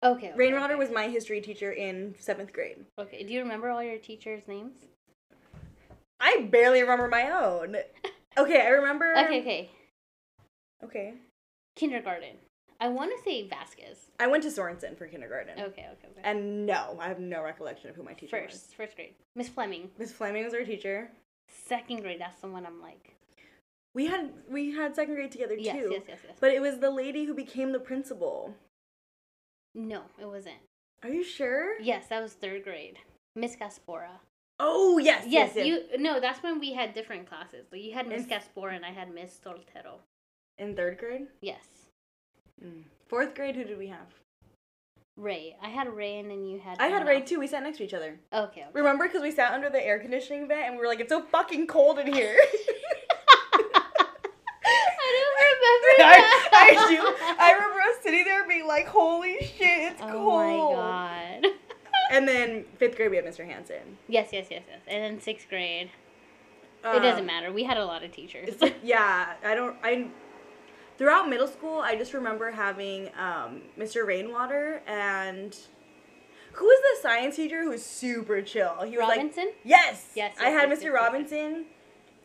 B: Okay. okay,
A: Rainwater
B: okay.
A: was my history teacher in seventh grade.
B: Okay, do you remember all your teachers' names?
A: I barely remember my own. Okay, I remember.
B: Okay, okay.
A: Okay.
B: Kindergarten. I want to say Vasquez.
A: I went to Sorensen for kindergarten.
B: Okay, okay, okay.
A: And no, I have no recollection of who my teacher was.
B: First, first grade. Miss Fleming.
A: Miss Fleming was our teacher.
B: Second grade. That's the one I'm like.
A: We had we had second grade together
B: Yes,
A: too.
B: yes, yes, yes.
A: But it was the lady who became the principal.
B: No, it wasn't.
A: Are you sure?
B: Yes, that was third grade. Miss Gaspora.
A: Oh yes,
B: Yes,
A: yes, yes.
B: you. No, that's when we had different classes. But you had Miss
A: Yes.
B: Gaspor and I had Miss Soltero.
A: in third grade. Mm.
B: Yes,
A: Fourth grade, who did we have?
B: Ray. I had Ray, and then you had.
A: I had
B: someone
A: Ray
B: else.
A: too. We sat next to each other.
B: Okay. okay.
A: Remember, because we sat under the air conditioning vent and we were like, "It's so fucking cold in here."
B: I don't remember.
A: I,
B: that.
A: I do. I remember us sitting there being like, "Holy shit, it's
B: Oh
A: cold!"
B: my god.
A: And then fifth grade, we had Mr. Hansen.
B: yes, yes, yes, yes. And then sixth grade.
A: Um,
B: it doesn't matter. We had a lot of teachers.
A: It's like, yeah, I don't. I throughout middle school, I just remember having um, Mr. Rainwater and who was the science teacher who was super chill. He was like,
B: Robinson.
A: yes,
B: Yes,
A: I
B: yes,
A: had Mr.
B: yes, yes, yes, yes.
A: Robinson,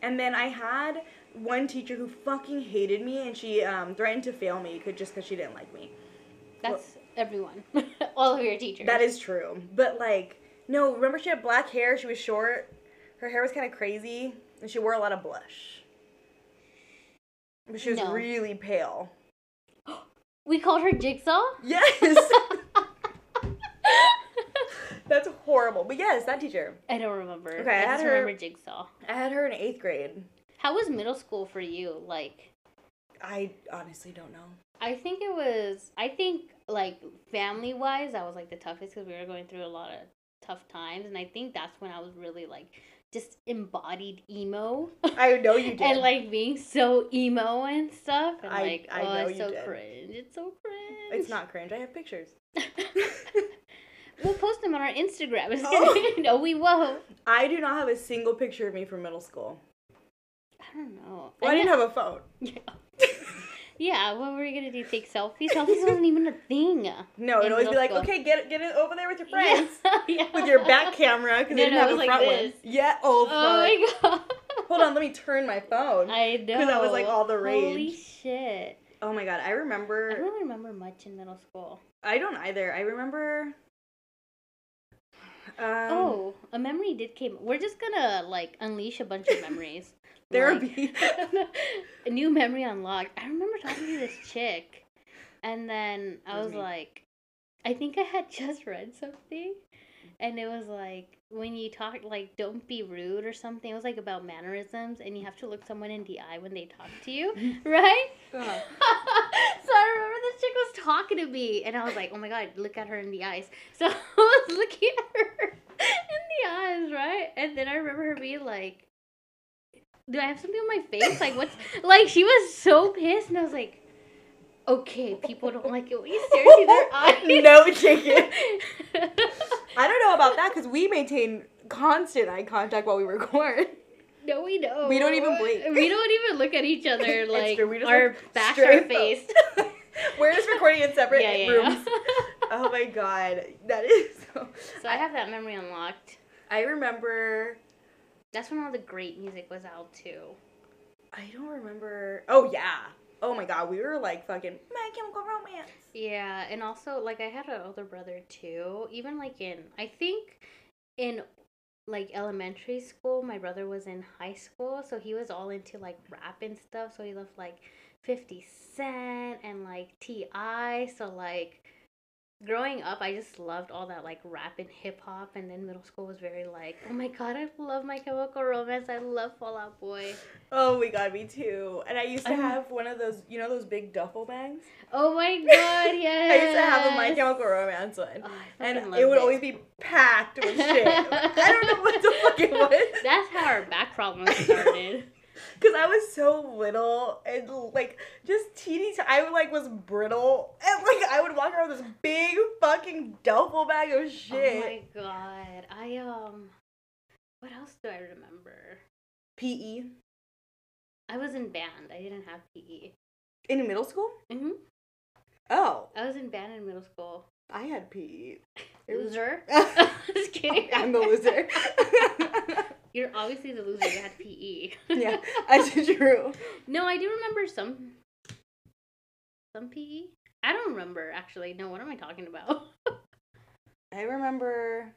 A: and then I had one teacher who fucking hated me, and she um, threatened to fail me could just because she didn't like me.
B: that's everyone. All of your teachers.
A: That is true, but like, no, remember she had black hair. She was short. Her hair was kind of crazy, and she wore a lot of blush. But she was
B: No.
A: really pale.
B: We called her Jigsaw.
A: Yes, that's horrible. But yes, that teacher.
B: I don't remember.
A: Okay, I
B: I
A: had
B: just
A: her-
B: remember Jigsaw.
A: I had her in eighth grade.
B: How was middle school for you? Like,
A: I honestly don't know.
B: I think it was. I think like family wise, that was like the toughest because we were going through a lot of tough times, and I think that's when I was really like just embodied emo
A: I know Oh, you did.
B: and like being so emo and stuff, and
A: I-
B: like
A: I
B: oh,
A: know
B: it's
A: you
B: so
A: did.
B: cringe. It's so cringe.
A: it's not cringe. I have pictures.
B: we'll post them on our Instagram.
A: Oh.
B: no, we won't.
A: I do not have a single picture of me from middle school.
B: I don't know.
A: Well, I, didn't have a phone.
B: Yeah. yeah, what were you gonna do? Take selfies? Selfies wasn't even a thing.
A: No, it'd always
B: In
A: be
B: middle
A: like,
B: school.
A: okay, get it, get it over there with your
B: Yeah,
A: friends.
B: yeah.
A: With your back camera, because
B: No,
A: I didn't
B: no, it
A: have a
B: was like
A: front
B: this.
A: one. Yeah, oh, fuck.
B: Oh my god.
A: Hold on, let me turn my phone.
B: I know.
A: 'Cause that was, like, all the
B: Holy
A: rage.
B: shit.
A: oh my god, I
B: I
A: remember.
B: don't remember much in middle school.
A: I don't either. I remember. Um,
B: oh, a memory did came. We're just gonna like unleash a bunch of memories.
A: therapy.
B: Like, a new memory unlocked. I remember talking to this chick, and then I
A: Who's
B: was
A: me?
B: like, I think I had just read something, and it was like when you talk like don't be rude or something. It was like about mannerisms, and you have to look someone in the eye when they talk to you, right?
A: Ugh.
B: so I remember this chick was talking to me, and I was like, "Oh my god, look at her in the eyes." So I was looking at her in the eyes, right? And then I remember her being like, "Do I have something on my face? Like what's like?" She was so pissed, and I was like, "Okay, people don't like it when you stare into their eyes."
A: no chicken. I don't know about that because we maintain constant eye contact while we record.
B: no, we don't.
A: We don't even blink.
B: We don't even look at each other.
A: It's
B: Like
A: true, we just
B: our
A: look
B: backs
A: straight
B: are
A: up.
B: faced.
A: We're just recording in separate
B: yeah, yeah,
A: rooms.
B: yeah.
A: Oh my god, that is So
B: So I have that memory unlocked.
A: I remember
B: That's when all the great music was out too.
A: I don't remember. Oh yeah. Oh my god, we were like fucking My Chemical Romance.
B: Yeah, and also like I had an older brother too. Even like in I think in like elementary school, my brother was in high school, so he was all into like rap and stuff. So he loved like Fifty Cent and like T.I. So like growing up, I just loved all that like rap and hip hop. And then middle school was very like, oh my god, I love My Chemical Romance. I love Fall Out Boy.
A: Oh my god, me too. And I used to
B: Um,
A: have one of those, you know, those big duffel bags.
B: Oh my god, yes.
A: I used to have a My Chemical Romance one.
B: Oh, I
A: And
B: fucking
A: it
B: loved
A: would always be packed with shit. I don't know what the fuck it was.
B: That's how our back problems started.
A: Because I was so little and like just teeny tiny. I like was brittle and like I would walk around with this big fucking duffel bag of
B: Oh
A: shit.
B: my god. I um what else do I remember?
A: PE
B: I was in band. I didn't have E. PE.
A: in middle school.
B: hmm
A: Oh,
B: I was in band in middle school.
A: I had PE. It was-
B: Loser. Just kidding.
A: I'm the loser.
B: You're obviously the loser. You had PE.
A: yeah, that's true.
B: No, I do remember some some PE. I don't remember actually. No, what am I talking about?
A: I remember.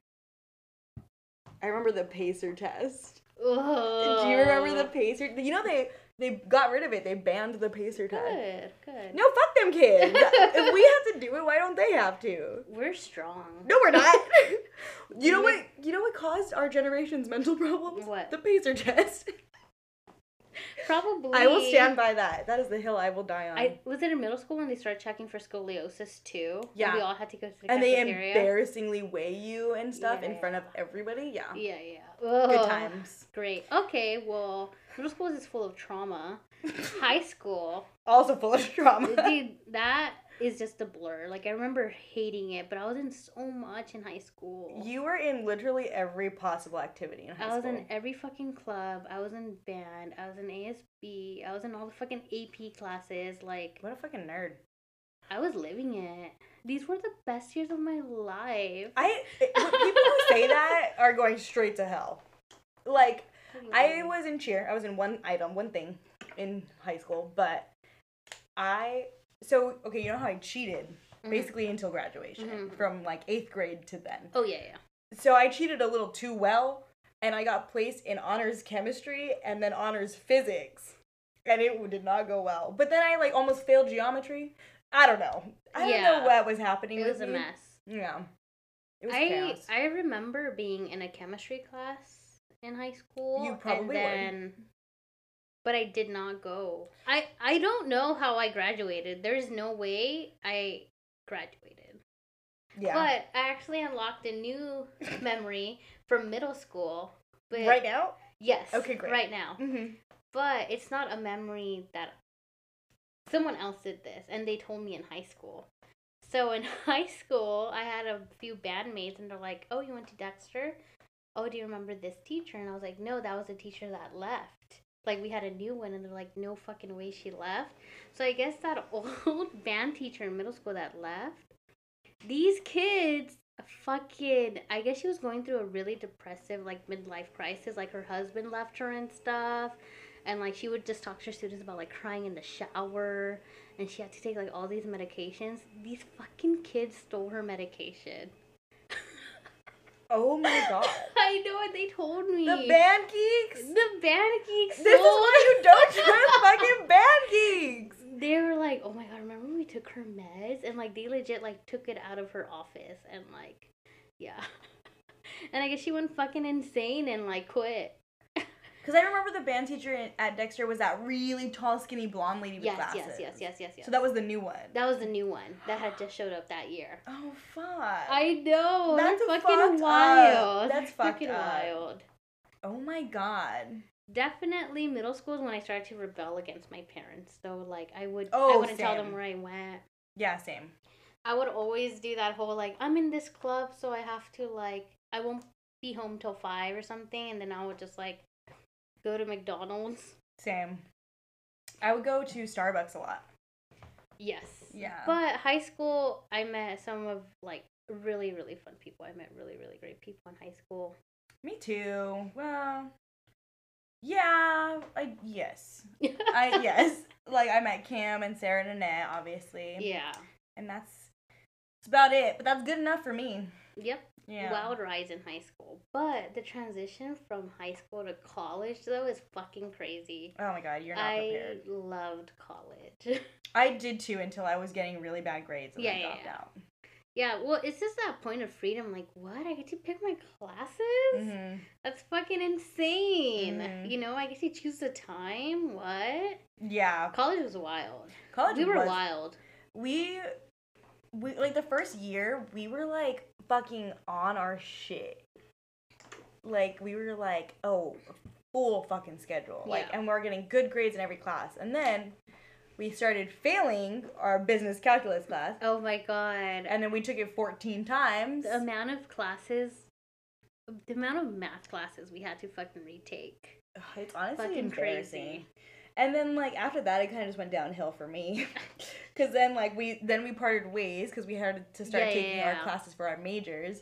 A: I remember the pacer test. Do you remember the
B: Ugh.
A: pacer? You know they they got rid of it. They banned the pacer test.
B: Oh, Good, good.
A: No, fuck them kids. if we have to do it, why don't they have to?
B: We're strong.
A: No, we're not. you know what? You know what caused our generation's mental problems?
B: What?
A: The pacer test.
B: Probably.
A: I will stand by that. That is the hill I will die on.
B: I was it in middle school when they started checking for scoliosis too. And
A: Yeah.
B: we all had to go to the
A: and they
B: cafeteria.
A: embarrassingly weigh you and stuff in
B: Yeah.
A: front of everybody. Yeah.
B: yeah, yeah. Ugh.
A: Good times.
B: Great. Okay, well, middle school is full of trauma. High school,
A: also full of trauma.
B: dude, that is just a blur. Like I remember hating it, but I was in so much in high school.
A: you were in literally every possible activity in high
B: I was
A: school.
B: in e- every fucking club. I was in band. I was in ASB. I was in all the fucking AP classes. Like
A: what a fucking nerd.
B: I was living it. These were the best years of my life.
A: I it- people who say that are going straight to hell. Like I
B: Like,
A: was in cheer. I was in one item, one thing in high school, but I so okay, you know how I cheated
B: Mhm.
A: basically until graduation
B: Mhm.
A: from like 8th grade to then.
B: Oh yeah, yeah.
A: So I cheated a little too well and I got placed in honors chemistry and then honors physics. And it did not go well. But then I like almost failed geometry. I don't know. I don't
B: Yeah.
A: know what was happening
B: It
A: with
B: was a
A: me.
B: mess.
A: Yeah. It was
B: I
A: chaos.
B: I remember being in a chemistry class in high school.
A: You probably were.
B: and then, But I did not go. I I don't know how I graduated. There's no way I graduated.
A: yeah.
B: But I actually unlocked a new memory from middle school. But
A: right now?
B: Yes.
A: Okay, great.
B: Right now.
A: Mm-hmm.
B: But it's not a memory that someone else did this and they told me in high school. So in high school, I had a few bandmates and they're like, "Oh, you went to Dexter? Oh, do you remember this teacher?" And I was like, "No, that was a teacher that left." Like we had a new one and they're like, "No fucking way she left." So I guess that old band teacher in middle school that left these kids fucking i guess she was going through a really depressive like midlife crisis like her husband left her and stuff and like she would just talk to her students about like crying in the shower and she had to take like all these medications these fucking kids stole her medication
A: Oh my god.
B: i know and they told me
A: the band geeks?
B: the band geeks
A: This is
B: stole-
A: why you don't trust fucking band geeks.
B: they were like, "Oh my god, remember when we took her meds and like they legit like took it out of her office and like, yeah." and I guess she went fucking insane and like quit.
A: Because I remember the band teacher in, at Dexter was that really tall, skinny blonde lady with
B: Yes,
A: glasses.
B: yes, yes, yes, yes, yes.
A: So that was the new one.
B: that was the new one that had just showed up that year.
A: oh fuck.
B: I know.
A: That's
B: they're
A: fucked
B: fucking
A: up.
B: wild.
A: That's
B: They're
A: fucked
B: fucking
A: up.
B: wild.
A: oh my god.
B: Definitely middle school is when I started to rebel against my parents. So like I would I
A: Oh,
B: wouldn't tell them
A: same.
B: where I went.
A: Yeah, same.
B: I would always do that whole like I'm in this club, so I have to like I won't be home till five or something, and then I would just like go to McDonald's.
A: Same. I would go to Starbucks a lot.
B: Yes.
A: Yeah.
B: But high school, I met some of like really, really fun people. I met really, really great people in high school.
A: Me too. Well, yeah, I yes, I yes. Like I met Cam and Sarah and Annette, obviously.
B: yeah.
A: And that's that's about it. But that's good enough for me.
B: Yep.
A: Yeah.
B: Wild rise in high school. But the transition from high school to college, though, is fucking crazy.
A: Oh my god, you're not
B: I
A: prepared.
B: loved college.
A: I did too until I was getting really bad grades and
B: Yeah,
A: I
B: yeah,
A: dropped
B: yeah.
A: out.
B: yeah, well, it's just that point of freedom. Like, what? I get to pick my classes?
A: hmm
B: That's fucking insane.
A: Mhm.
B: You know, I get to choose the time. What?
A: Yeah,
B: College was wild.
A: college.
B: we were
A: was,
B: wild.
A: We, we like the first year we were like fucking on our shit. Like we were like oh full fucking schedule like
B: Yeah.
A: and we are getting good grades in every class and then we started failing our business calculus class
B: Oh my god.
A: and then we took it 14 times
B: The amount of classes, the amount of math classes we had to fucking retake.
A: Ugh, It's honestly
B: Fucking
A: embarrassing.
B: crazy.
A: And then like after that, it kind of just went downhill for me, because then like we then we parted ways because we had to start
B: Yeah, yeah,
A: taking
B: yeah.
A: our classes for our majors,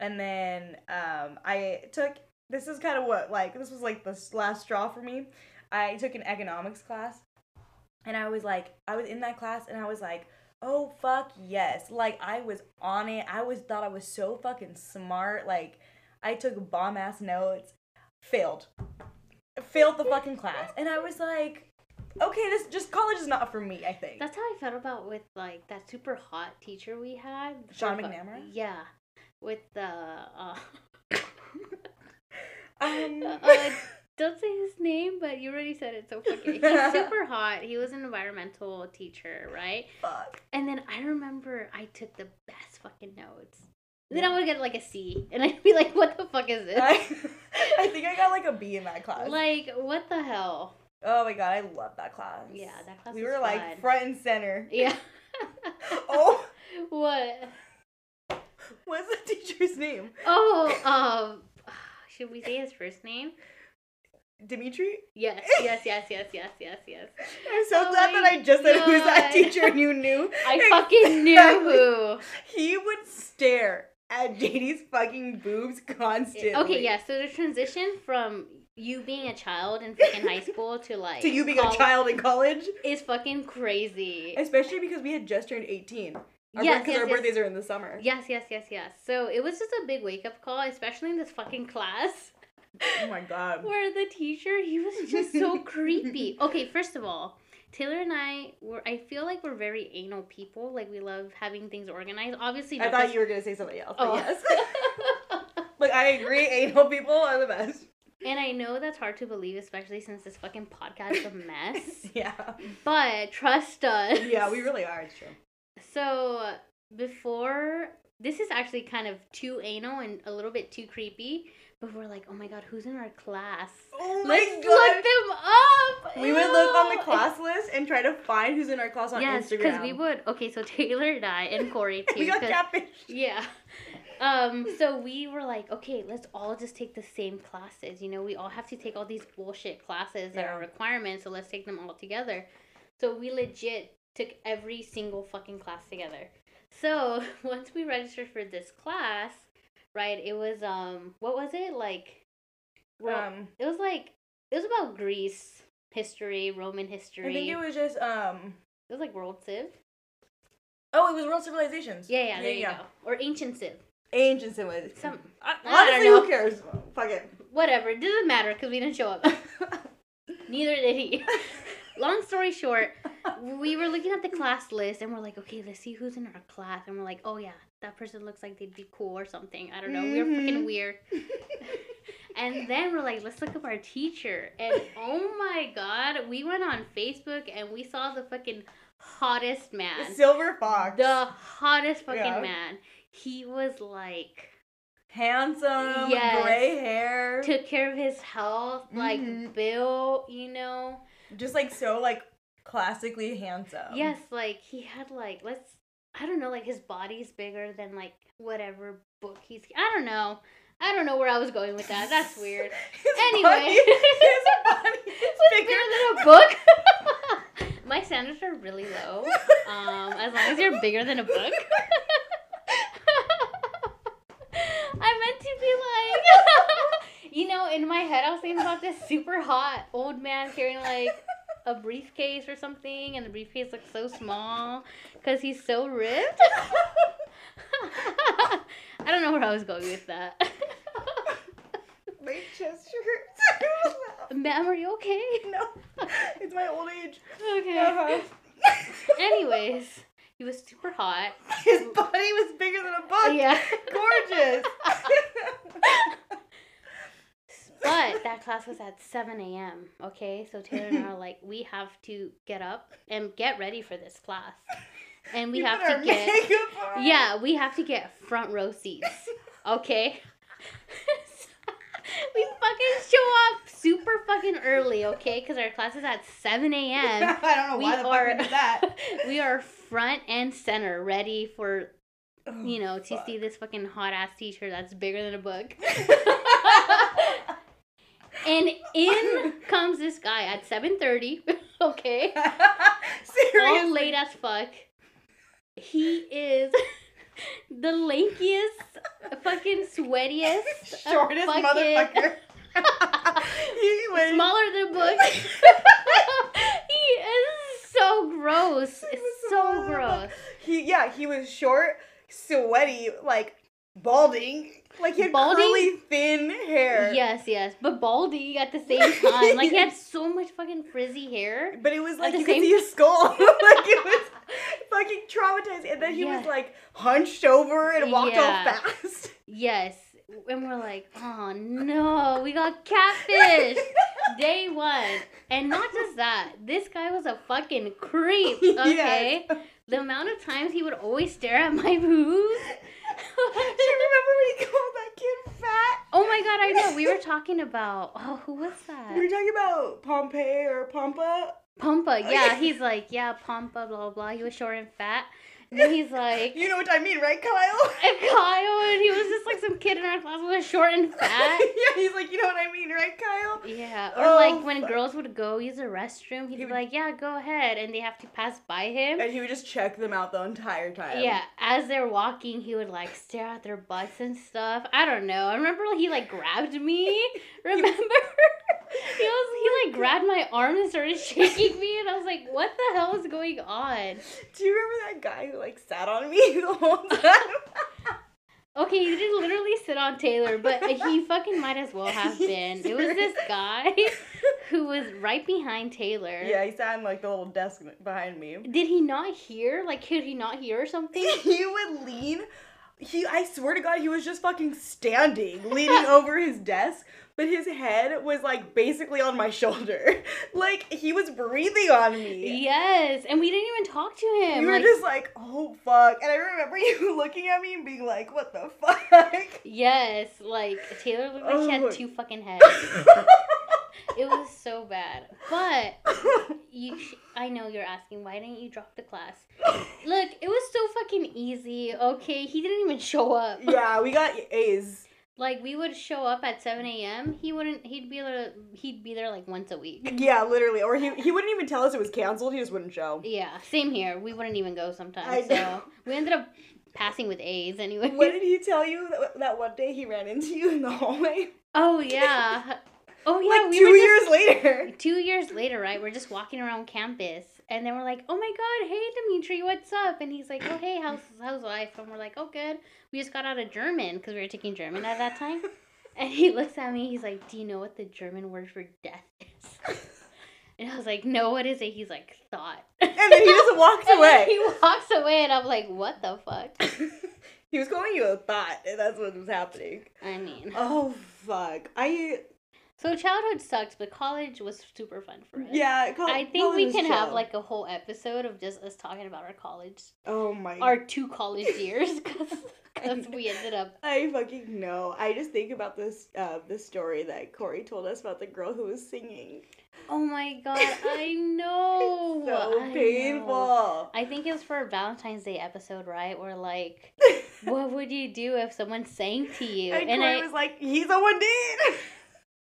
A: and then um, I took this is kind of what like this was like the s- last straw for me. I took an economics class, and I was like I was in that class and I was like. Oh fuck yes. Like I was on it. I was thought I was so fucking smart. Like I took bomb ass notes. Failed. Failed the fucking class. And I was like, okay, this just college is not for me, I think.
B: That's how I felt about with like that super hot teacher we had,
A: Sean
B: Fuck-
A: McNamara?
B: Yeah, with the uh,
A: um,
B: uh, don't say his name, but you already said it, so fuck it. He's super hot. He was an environmental teacher, right?
A: fuck.
B: And then I remember I took the best fucking notes. Then I would get like a C, and I'd be like, "What the fuck is this?
A: I, I think I got like a B in that class.
B: like, what the hell?"
A: oh my god, I love that class.
B: Yeah, that class
A: We
B: was
A: were
B: fun.
A: like front and center.
B: Yeah.
A: Oh,
B: What?
A: what's the teacher's name?
B: Oh, um, should we say his first name?
A: Dimitri?
B: Yes, yes, yes, yes, yes, yes, yes.
A: I'm so
B: Oh
A: glad
B: my
A: that I just said who's that
B: God.
A: teacher and you knew.
B: I fucking knew
A: He would stare at JD's fucking boobs constantly.
B: who. Okay, yeah. So the transition from you being a child in fucking high school to like
A: To you being
B: col-
A: a child in college,
B: is fucking crazy.
A: especially because we had just turned 18. Our
B: Yes,
A: because
B: yes,
A: our
B: yes.
A: birthdays are in the summer.
B: Yes, yes, yes, yes. So it was just a big wake up call, especially in this fucking class.
A: Oh my god.
B: where the teacher he was just so creepy okay first of all taylor and i were i feel like we're very anal people like we love having things organized obviously
A: I
B: not
A: thought
B: this-
A: you were gonna say something else. But
B: Oh.
A: Yes. like I agree, anal people are the best.
B: and i know that's hard to believe especially since this fucking podcast is a mess
A: Yeah.
B: but trust us
A: Yeah, we really are. It's true.
B: so before this is actually kind of too anal and a little bit too creepy but we're like oh my god who's in our class
A: Oh my
B: let's
A: god.
B: look them up
A: we would look on the
B: Ew.
A: class list and try to find who's in our class on
B: yes,
A: Instagram.
B: because we would. Okay, so Taylor and I and Corey too.
A: We got
B: 'cause-
A: catfish.
B: yeah. Um. So we were like, okay, let's all just take the same classes. You know, we all have to take all these bullshit classes that are
A: Yeah.
B: requirements. So let's take them all together. So we legit took every single fucking class together. So once we registered for this class, right? It was um. What was it like? Well,
A: um,
B: it was like it was about Greece history, Roman history.
A: I think it was just um.
B: it was like World Civ.
A: Oh, it was World Civilizations.
B: Yeah, yeah, there you go. Or ancient Civ.
A: Ancient civilizations.
B: Some
A: I,
B: I don't
A: honestly,
B: know.
A: who cares? Fuck it.
B: whatever. It doesn't matter because we didn't show up. Neither did he. Long story short, we were looking at the class list and we're like, okay, let's see who's in our class. And we're like, oh yeah, that person looks like they'd be cool or something. I don't know. We were freaking
A: Mhm.
B: weird. and then we're like, let's look up our teacher. And oh my god, we went on Facebook and we saw the fucking hottest man.
A: Silver Fox.
B: the hottest fucking
A: Yeah.
B: man. He was like
A: Handsome,
B: Yes.
A: gray hair.
B: took care of his health, like
A: Mhm.
B: Bill, you know.
A: Just like so, like classically handsome.
B: yes, like he had like let's I don't know, like his body's bigger than like whatever book he's I don't know. I don't know where I was going with that. That's weird.
A: His
B: Anyway.
A: body- his body is bigger.
B: bigger than a book. My um, standards are really low. Um, as long as you're bigger than a book. I meant to be like, you know, in my head, I was thinking about this super hot old man carrying like a briefcase or something, and the briefcase looks so small because he's so ripped. I don't know where I was going with that.
A: My chest hurts.
B: Ma'am, are you okay?
A: no, it's my old age.
B: Okay.
A: Uh-huh.
B: Anyways, he was super hot.
A: His body was bigger than a book.
B: Yeah.
A: Gorgeous.
B: But that class was at 7 a.m. Okay, so Taylor and I are like, we have to get up and get ready for this class. And we
A: You
B: have
A: put our
B: to get,
A: makeup on.
B: yeah, we have to get front row seats. Okay? we fucking show up super fucking early, okay? Because our class is at 7 a.m.
A: I don't know
B: we
A: why the fuck
B: are-
A: we did that.
B: We are front and center ready for,
A: Oh,
B: you know, to
A: fuck.
B: see this fucking hot ass teacher that's bigger than a book. And in comes this guy at 7:30, okay? All
A: Seriously.
B: late as fuck. He is the lankiest, fucking sweatiest, uh,
A: Shortest
B: fucking-
A: motherfucker. he was
B: smaller than a book. he is so gross.
A: He was
B: so
A: smaller than a book.
B: gross.
A: He yeah, he was short, sweaty, like balding. Like he had
B: Balding?
A: curly thin hair.
B: Yes, yes, but baldy at the same time. Like he had so much fucking frizzy hair.
A: But it was like
B: the
A: you could
B: same-
A: see his skull. like it was fucking traumatized. And then he was
B: Yeah.
A: like hunched over and walked
B: Yeah.
A: all fast.
B: Yes, and we're like, oh no, we got catfish. day one. And not just that, this guy was a fucking creep,
A: Yes.
B: okay? The amount of times he would always stare at my boobs.
A: Do you remember when he called that kid fat?
B: oh my god, I know. We were talking about, oh, who was that?
A: We were talking about Pompeii or Pompa.
B: Pompa. Yeah, he's like, yeah, Pompa, blah, blah, blah. He was short and fat. And then he's like,
A: You know what I mean, right, Kyle?
B: and Kyle, and he was just like some kid in our class who was short and fat.
A: yeah, he's like, you know what I mean, right, Kyle?
B: Yeah, or
A: Oh,
B: like when
A: fuck.
B: girls would go use a restroom, he'd
A: He
B: be
A: would-
B: like, "Yeah, go ahead," and they have to pass by him.
A: And he would just check them out the entire time.
B: Yeah, as they're walking, he would like stare at their butts and stuff. I don't know. I remember he like grabbed me. Remember? he was he like grabbed my arm and started shaking me, and I was like, "What the hell is going on?"
A: Do you remember that guy who like sat on me the whole time?
B: Okay, you did literally sit on Taylor, but he fucking might as well have been. It was this guy who was right behind Taylor.
A: yeah, he sat on like the little desk behind me.
B: Did he not hear? Like, could he not hear or something?
A: he would lean. He, I swear to God, he was just fucking standing, leaning over his desk, but his head was like basically on my shoulder. Like he was breathing on me.
B: Yes, and we didn't even talk to him.
A: You were
B: like,
A: just like, oh fuck. And I remember you looking at me and being like, what the fuck?
B: yes, like Taylor looked like she
A: Oh.
B: had two fucking heads. it was so bad. But you, sh- I know you're asking why didn't you drop the class? Look, it was so fucking easy. Okay, he didn't even show up.
A: yeah, we got A's.
B: Like we would show up at seven a.m. He wouldn't. He'd be there. He'd be there like once a week.
A: Yeah, literally. Or he, he wouldn't even tell us it was canceled, he just wouldn't show.
B: Yeah, same here. We wouldn't even go sometimes.
A: I
B: so
A: know.
B: we ended up passing with A's anyway.
A: What did he tell you that, that one day he ran into you in the hallway?
B: Oh yeah. Oh yeah.
A: like
B: we
A: two
B: were just-
A: years later.
B: two years later, right? We're just walking around campus, and then we're like, "Oh my god, hey Dimitri, what's up?" And he's like, "Oh hey, how's how's life?" And we're like, "Oh good." We just got out of German because we were taking German at that time. And he looks at me. He's like, "Do you know what the German word for death is?" And I was like, "No, what is it?" He's like, "Thought."
A: And then he just walked
B: And then
A: away.
B: he walks away, and I'm like, "What the fuck?"
A: He was calling you a thought, and that's what was happening.
B: I mean,
A: Oh fuck! I
B: so childhood sucks, but college was super fun for us.
A: yeah. Call,
B: I
A: call
B: think we
A: this
B: can have
A: show.
B: like a whole episode of just us talking about our college
A: oh my.
B: our two college years because we ended up.
A: I fucking know. I just think about this uh, this story that Corey told us about the girl who was singing.
B: Oh my god, I know.
A: so
B: Oh, I know.
A: painful.
B: I think it was for our Valentine's Day episode, right? Where like, what would you do if someone sang to you?
A: and
B: and
A: Corey
B: I,
A: was like, "He's a one did."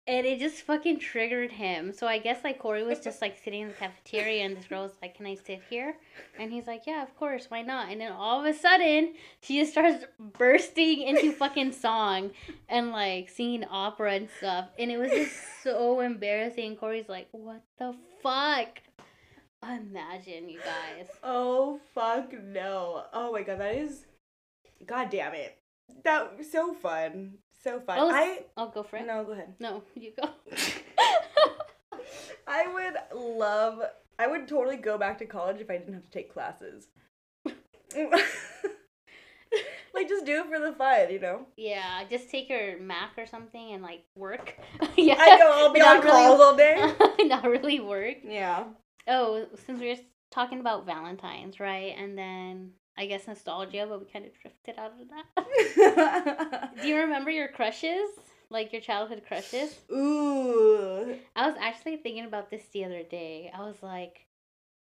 B: And it just fucking triggered him. So I guess like Corey was just like sitting in the cafeteria and this girl was like, Can I sit here? And he's like, Yeah, of course, why not? And then all of a sudden she just starts bursting into fucking song and like singing opera and stuff. And it was just so embarrassing. Corey's like, What the fuck? Imagine you guys.
A: Oh fuck no. Oh my god, that is God damn it. That was so fun. So fun.
B: Oh,
A: I
B: I'll go for it.
A: No, go ahead.
B: No, you go.
A: I would love I would totally go back to college if I didn't have to take classes. like just do it for the fun, you know.
B: yeah, just take your Mac or something and like work. yeah,
A: I know I'll be
B: Not
A: on
B: really-
A: calls all day.
B: not really work.
A: yeah.
B: Oh, since we were s- talking about Valentine's, right? And then I guess nostalgia, but we kind of drifted out of that. Do you remember your crushes? Like your childhood crushes?
A: Ooh.
B: I was actually thinking about this the other day. I was like,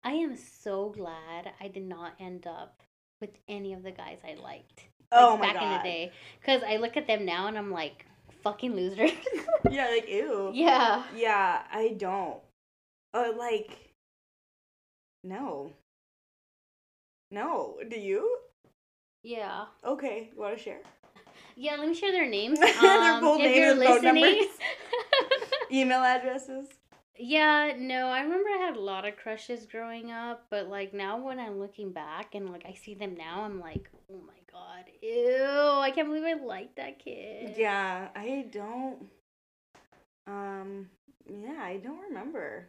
B: I am so glad I did not end up with any of the guys I liked. like,
A: Oh my
B: back
A: god.
B: in the day. Because I look at them now and I'm like, fucking losers.
A: Yeah, like ew.
B: yeah.
A: Yeah, I don't. Uh, like, no. No. Do you?
B: Yeah.
A: Okay, you want to share?
B: Yeah, let me share their names.
A: Their
B: Um,
A: full
B: if
A: names
B: you're
A: and phone
B: listening.
A: Email addresses?
B: yeah, no, I remember I had a lot of crushes growing up, but like now when I'm looking back and like I see them now, I'm like, oh my god, ew, I can't believe I liked that kid.
A: Yeah, I don't. Um, yeah, I don't remember.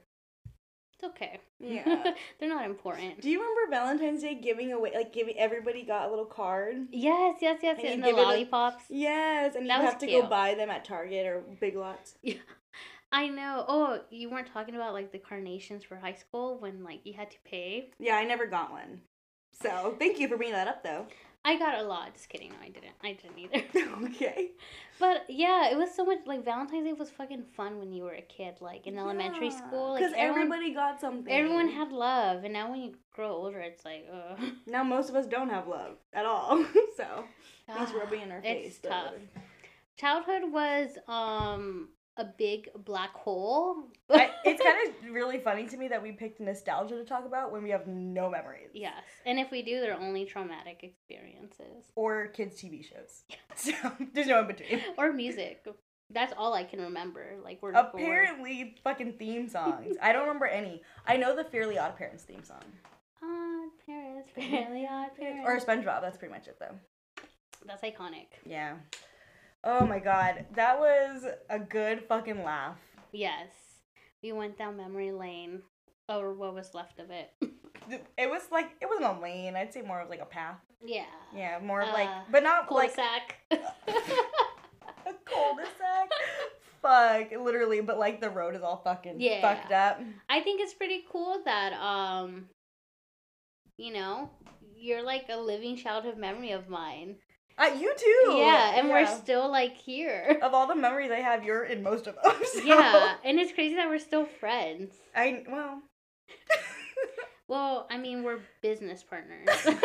B: It's okay.
A: Yeah.
B: They're not important.
A: Do you remember Valentine's Day giving away, like, giving everybody got a little card?
B: Yes, yes, yes,
A: And you
B: and the
A: give it a-
B: lollipops.
A: Yes, and you
B: That was
A: have to go
B: cute.
A: buy them at Target or Big Lots.
B: I know. Oh, you weren't talking about like the carnations for high school when like you had to pay.
A: Yeah, I never got one. So thank you for bringing that up, though.
B: I got a lot. Just kidding. No, I didn't. I didn't either.
A: okay.
B: but yeah, it was so much like Valentine's Day was fucking fun when you were a kid, like in elementary school. Like
A: Because
B: everyone,
A: everybody got something.
B: everyone had love, and now when you grow older, it's like, ugh.
A: Now most of us don't have love at all. so it's
B: Ah,
A: rubbing in our face.
B: it's
A: but
B: tough.
A: whatever.
B: Childhood was um a big black hole.
A: I, it's kind of really funny to me that we picked nostalgia to talk about when we have no memories.
B: yes, and if we do, they're only traumatic experiences.
A: Or kids' TV shows. So there's no in between.
B: or music. That's all I can remember. Like we're
A: Apparently, fucking theme songs. I don't remember any. I know the Fairly Odd Parents theme song.
B: odd parents, fairly odd parents.
A: Or SpongeBob. That's pretty much it, though.
B: That's iconic.
A: Yeah. Oh my god. That was a good fucking laugh.
B: Yes, we went down memory lane, or what was left of it.
A: It was like, it wasn't a lane. I'd say more of like a path.
B: yeah.
A: Yeah, more of like,
B: Uh,
A: but not like
B: Cul-de-sac.
A: a cul-de-sac. Fuck, literally, but like the road is all fucking
B: Yeah.
A: fucked up.
B: I think it's pretty cool that um, you know, you're like a living childhood memory of mine.
A: Uh, you too.
B: yeah, and we're
A: Yeah.
B: still like here.
A: of all the memories I have, you're in most of them. so-
B: yeah, and it's crazy that we're still friends.
A: I well,
B: Well, I mean, we're business partners.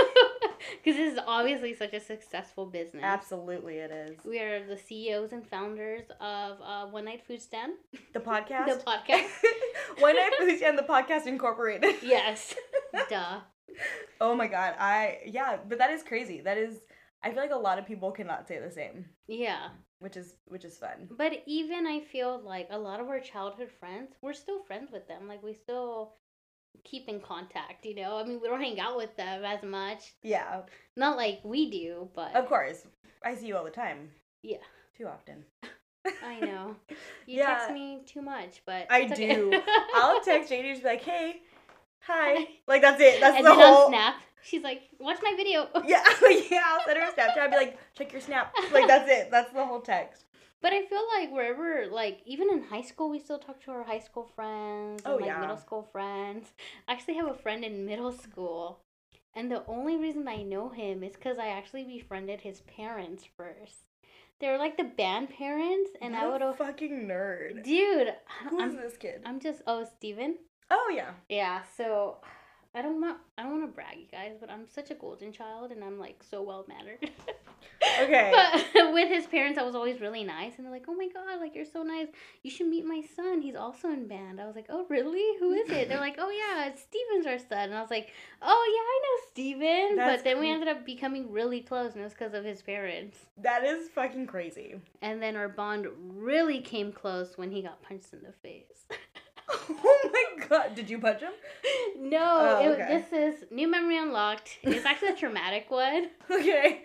B: Because this is obviously such a successful business.
A: absolutely it is
B: We are the CEOs and founders of uh, One Night Food Stand,
A: the podcast.
B: the podcast.
A: when I first and the podcast incorporated.
B: yes. Duh.
A: Oh my god, I yeah, but that is crazy. That is, I feel like a lot of people cannot say the same,
B: Yeah.
A: which is which is fun.
B: But even I feel like a lot of our childhood friends, we're still friends with them. Like, we still keep in contact, you know? I mean, we don't hang out with them as much.
A: Yeah,
B: Not like we do, but
A: of course. I see you all the time.
B: Yeah.
A: Too often.
B: I know. You
A: Yeah.
B: text me too much, but.
A: I
B: it's okay.
A: do. I'll text JD and just be like, "Hey, hi." Like that's it. That's
B: and
A: the
B: then
A: whole.
B: on Snap, she's like, "Watch my video."
A: Yeah, yeah. I'll send her a Snapchat. I'll be like, "Check your snap." Like that's it. That's the whole text.
B: But I feel like wherever, like even in high school, we still talk to our high school friends and
A: Oh,
B: like
A: yeah.
B: middle school friends. I actually have a friend in middle school, and the only reason I know him is because I actually befriended his parents first. They were like the band parents, and I
A: What
B: would
A: a
B: have,
A: fucking nerd.
B: dude,
A: Who is
B: I'm,
A: this kid?
B: I'm just oh Steven.
A: oh yeah.
B: Yeah, so I don't want I don't want to brag you guys, but I'm such a golden child, and I'm like so well mannered.
A: Okay.
B: But with his parents, I was always really nice, and they're like, "Oh my god, like you're so nice. You should meet my son. He's also in band." I was like, "Oh really? Who is it?" They're like, "Oh yeah, it's Steven's our son." And I was like, "Oh yeah, I know Steven."
A: That's
B: but then we
A: cool.
B: ended up becoming really close, and it was because of his parents.
A: that is fucking crazy.
B: And then our bond really came close when he got punched in the face.
A: Oh my god. Did you punch him?
B: no,
A: Oh,
B: it-
A: okay.
B: this is new memory unlocked. It's actually a traumatic one.
A: Okay.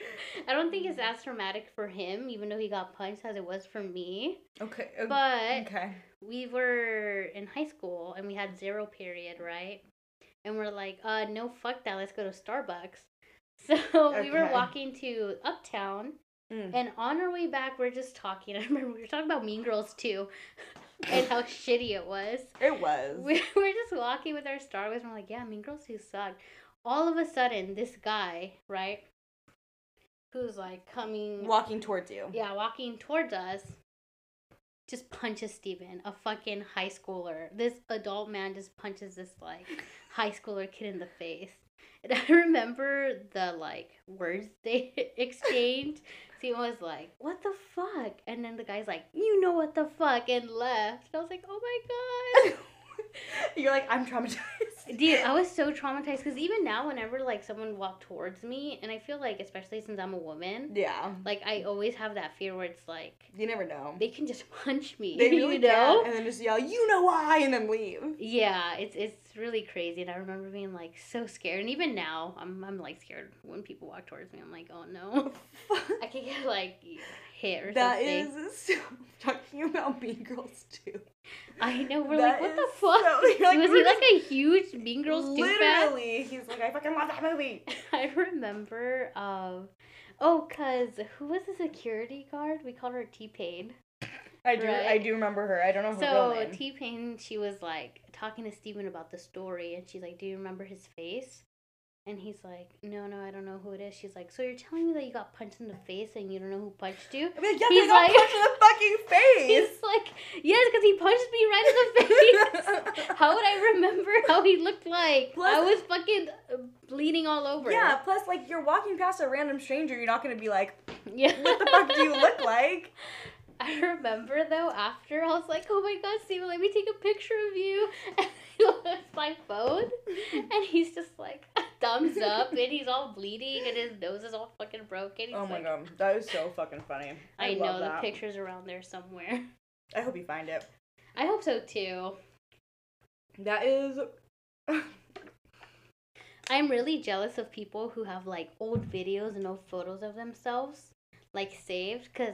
B: I don't think
A: Mm.
B: it's as traumatic for him, even though he got punched, as it was for me.
A: Okay. o-
B: But
A: okay.
B: we were in high school and we had zero period, right? And we're like, uh, no, fuck that. Let's go to Starbucks. So we were
A: Okay.
B: walking to Uptown,
A: Mm.
B: and on our way back, we're just talking. I remember we were talking about Mean Girls too, and how shitty it was.
A: It was.
B: We were just walking with our Starbucks, and we're like, yeah, Mean Girls too sucked. All of a sudden, this guy, right, who's like coming
A: Walking towards you.
B: yeah, walking towards us, just punches Steven, a fucking high schooler. This adult man just punches this like high schooler kid in the face. And I remember the like words they exchanged. Steven was like, What the fuck? And then the guy's like, You know what the fuck and left. And I was like, Oh my god.
A: You're like, I'm traumatized.
B: Dude, I was so traumatized because even now, whenever like someone walked towards me, and I feel like, especially since I'm a woman,
A: Yeah.
B: like I always have that fear where it's like,
A: You never know.
B: they can just punch me.
A: They really
B: you know?
A: can, and then just yell, "You know why?" and then leave.
B: Yeah, it's it's really crazy, and I remember being like so scared. And even now, I'm I'm like scared when people walk towards me. I'm like, oh no, I could get like hit or
A: That
B: something.
A: is so, talking about Mean Girls too.
B: I know. We're
A: that
B: like, what the
A: is
B: fuck?
A: so- you're like,
B: was
A: we're
B: he like a huge Mean Girls douche bag?
A: Literally, he's like, "I fucking love that movie."
B: I remember. Um, oh, cause who was the security guard? We called her T Pain.
A: I do.
B: Right.
A: I do remember her. I don't know her real
B: So
A: name.
B: T Pain, she was like talking to Steven about the story, and she's like, "Do you remember his face?" And he's like, "No, no, I don't know who it is." She's like, "So you're telling me that you got punched in the face and you don't know who punched you?"
A: I mean, yeah,
B: He's
A: they got
B: like-
A: punched in the fucking face.
B: He's like, "Yes, because he punched me right in the face." how would I remember how he looked like?
A: Plus-
B: I was fucking uh, bleeding all over.
A: Yeah. Plus, like, you're walking past a random stranger. You're not gonna be like,
B: yeah.
A: "What the fuck do you look like?"
B: I remember though after I was like, oh my god, Steven, let me take a picture of you. And he looks my phone and he's just like thumbs up and he's all bleeding and his nose is all fucking broken. He's
A: Oh my
B: like,
A: god, that is so fucking funny. I,
B: I,
A: love
B: know
A: that.
B: the picture's around there somewhere.
A: I hope you find it.
B: I hope so too.
A: That is.
B: I'm really jealous of people who have like old videos and old photos of themselves like saved because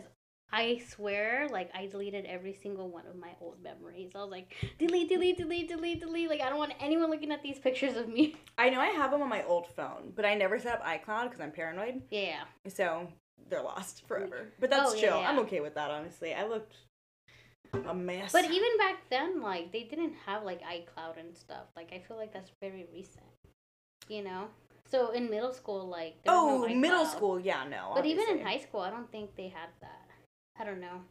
B: I swear like I deleted every single one of my old memories. I was like delete, delete, delete, delete, delete. Like I don't want anyone looking at these pictures of me.
A: I know I have them on my old phone, but I never set up iCloud because I'm paranoid.
B: Yeah.
A: So they're lost forever. But that's
B: Oh, yeah,
A: chill.
B: yeah.
A: I'm okay with that, honestly. I looked a mess.
B: But even back then, like they didn't have like iCloud and stuff. Like I feel like that's very recent. You know? So in middle school, like there was
A: oh,
B: no
A: middle
B: iCloud.
A: school, yeah, no.
B: But even in
A: obviously.
B: high school, I don't think they had that. I don't know.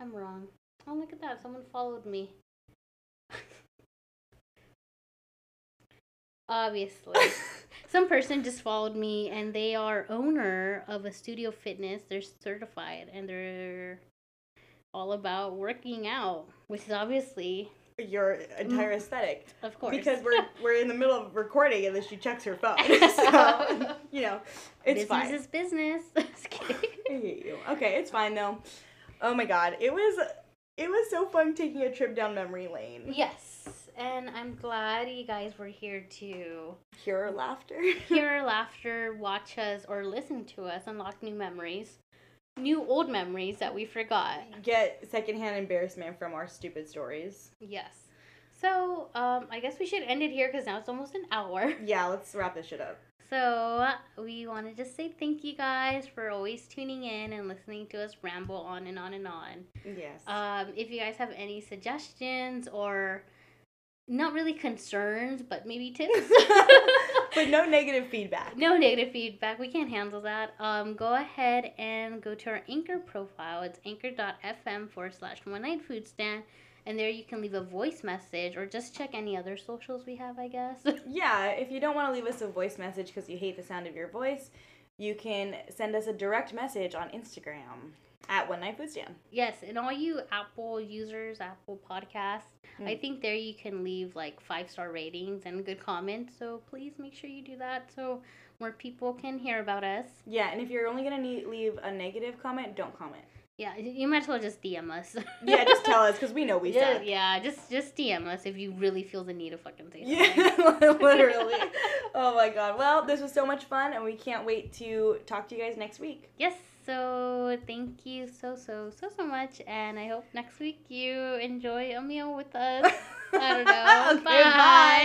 B: I'm wrong. Oh, look at that. Someone followed me. Obviously. Some person just followed me, and they are owner of a studio fitness. They're certified, and they're all about working out, which is obviously,
A: your entire aesthetic.
B: Mm. of course,
A: Because we're we're in the middle of recording and then she checks her phone. So you know, it's
B: business
A: fine.
B: is business. Just kidding.
A: I hate you. Okay, it's fine though. Oh my god. It was it was so fun taking a trip down memory lane.
B: yes, and I'm glad you guys were here to
A: Hear her laughter.
B: hear our laughter, watch us, or listen to us unlock new memories, new old memories that we forgot.
A: Get secondhand embarrassment from our stupid stories.
B: Yes. So, um, I guess we should end it here because now it's almost an hour.
A: Yeah, let's wrap this shit up.
B: So, we want to just say thank you guys for always tuning in and listening to us ramble on and on and on.
A: Yes.
B: Um, if you guys have any suggestions or not really concerns, but maybe tips.
A: but no negative feedback.
B: No negative feedback. We can't handle that. Um, go ahead and go to our Anchor profile. It's anchor.fm forward slash one night food stand. And there you can leave a voice message or just check any other socials we have, I guess.
A: Yeah, if you don't want to leave us a voice message because you hate the sound of your voice, you can send us a direct message on Instagram at One Night Food Stand.
B: Yes, and all you Apple users, Apple Podcasts, I
A: Mm.
B: think there you can leave like five star ratings and good comments. So please make sure you do that so more people can hear about us.
A: Yeah, and if you're only gonna need, leave a negative comment, don't comment.
B: Yeah, y- you might as well just DM us.
A: Yeah, just tell us because we know we
B: yeah,
A: suck.
B: yeah, just just DM us if you really feel the need to fucking say something.
A: Yeah, literally. Oh my god. Well, this was so much fun, and we can't wait to talk to you guys next week.
B: yes. So thank you so so so so much, and I hope next week you enjoy a meal with us. I don't know.
A: okay, bye.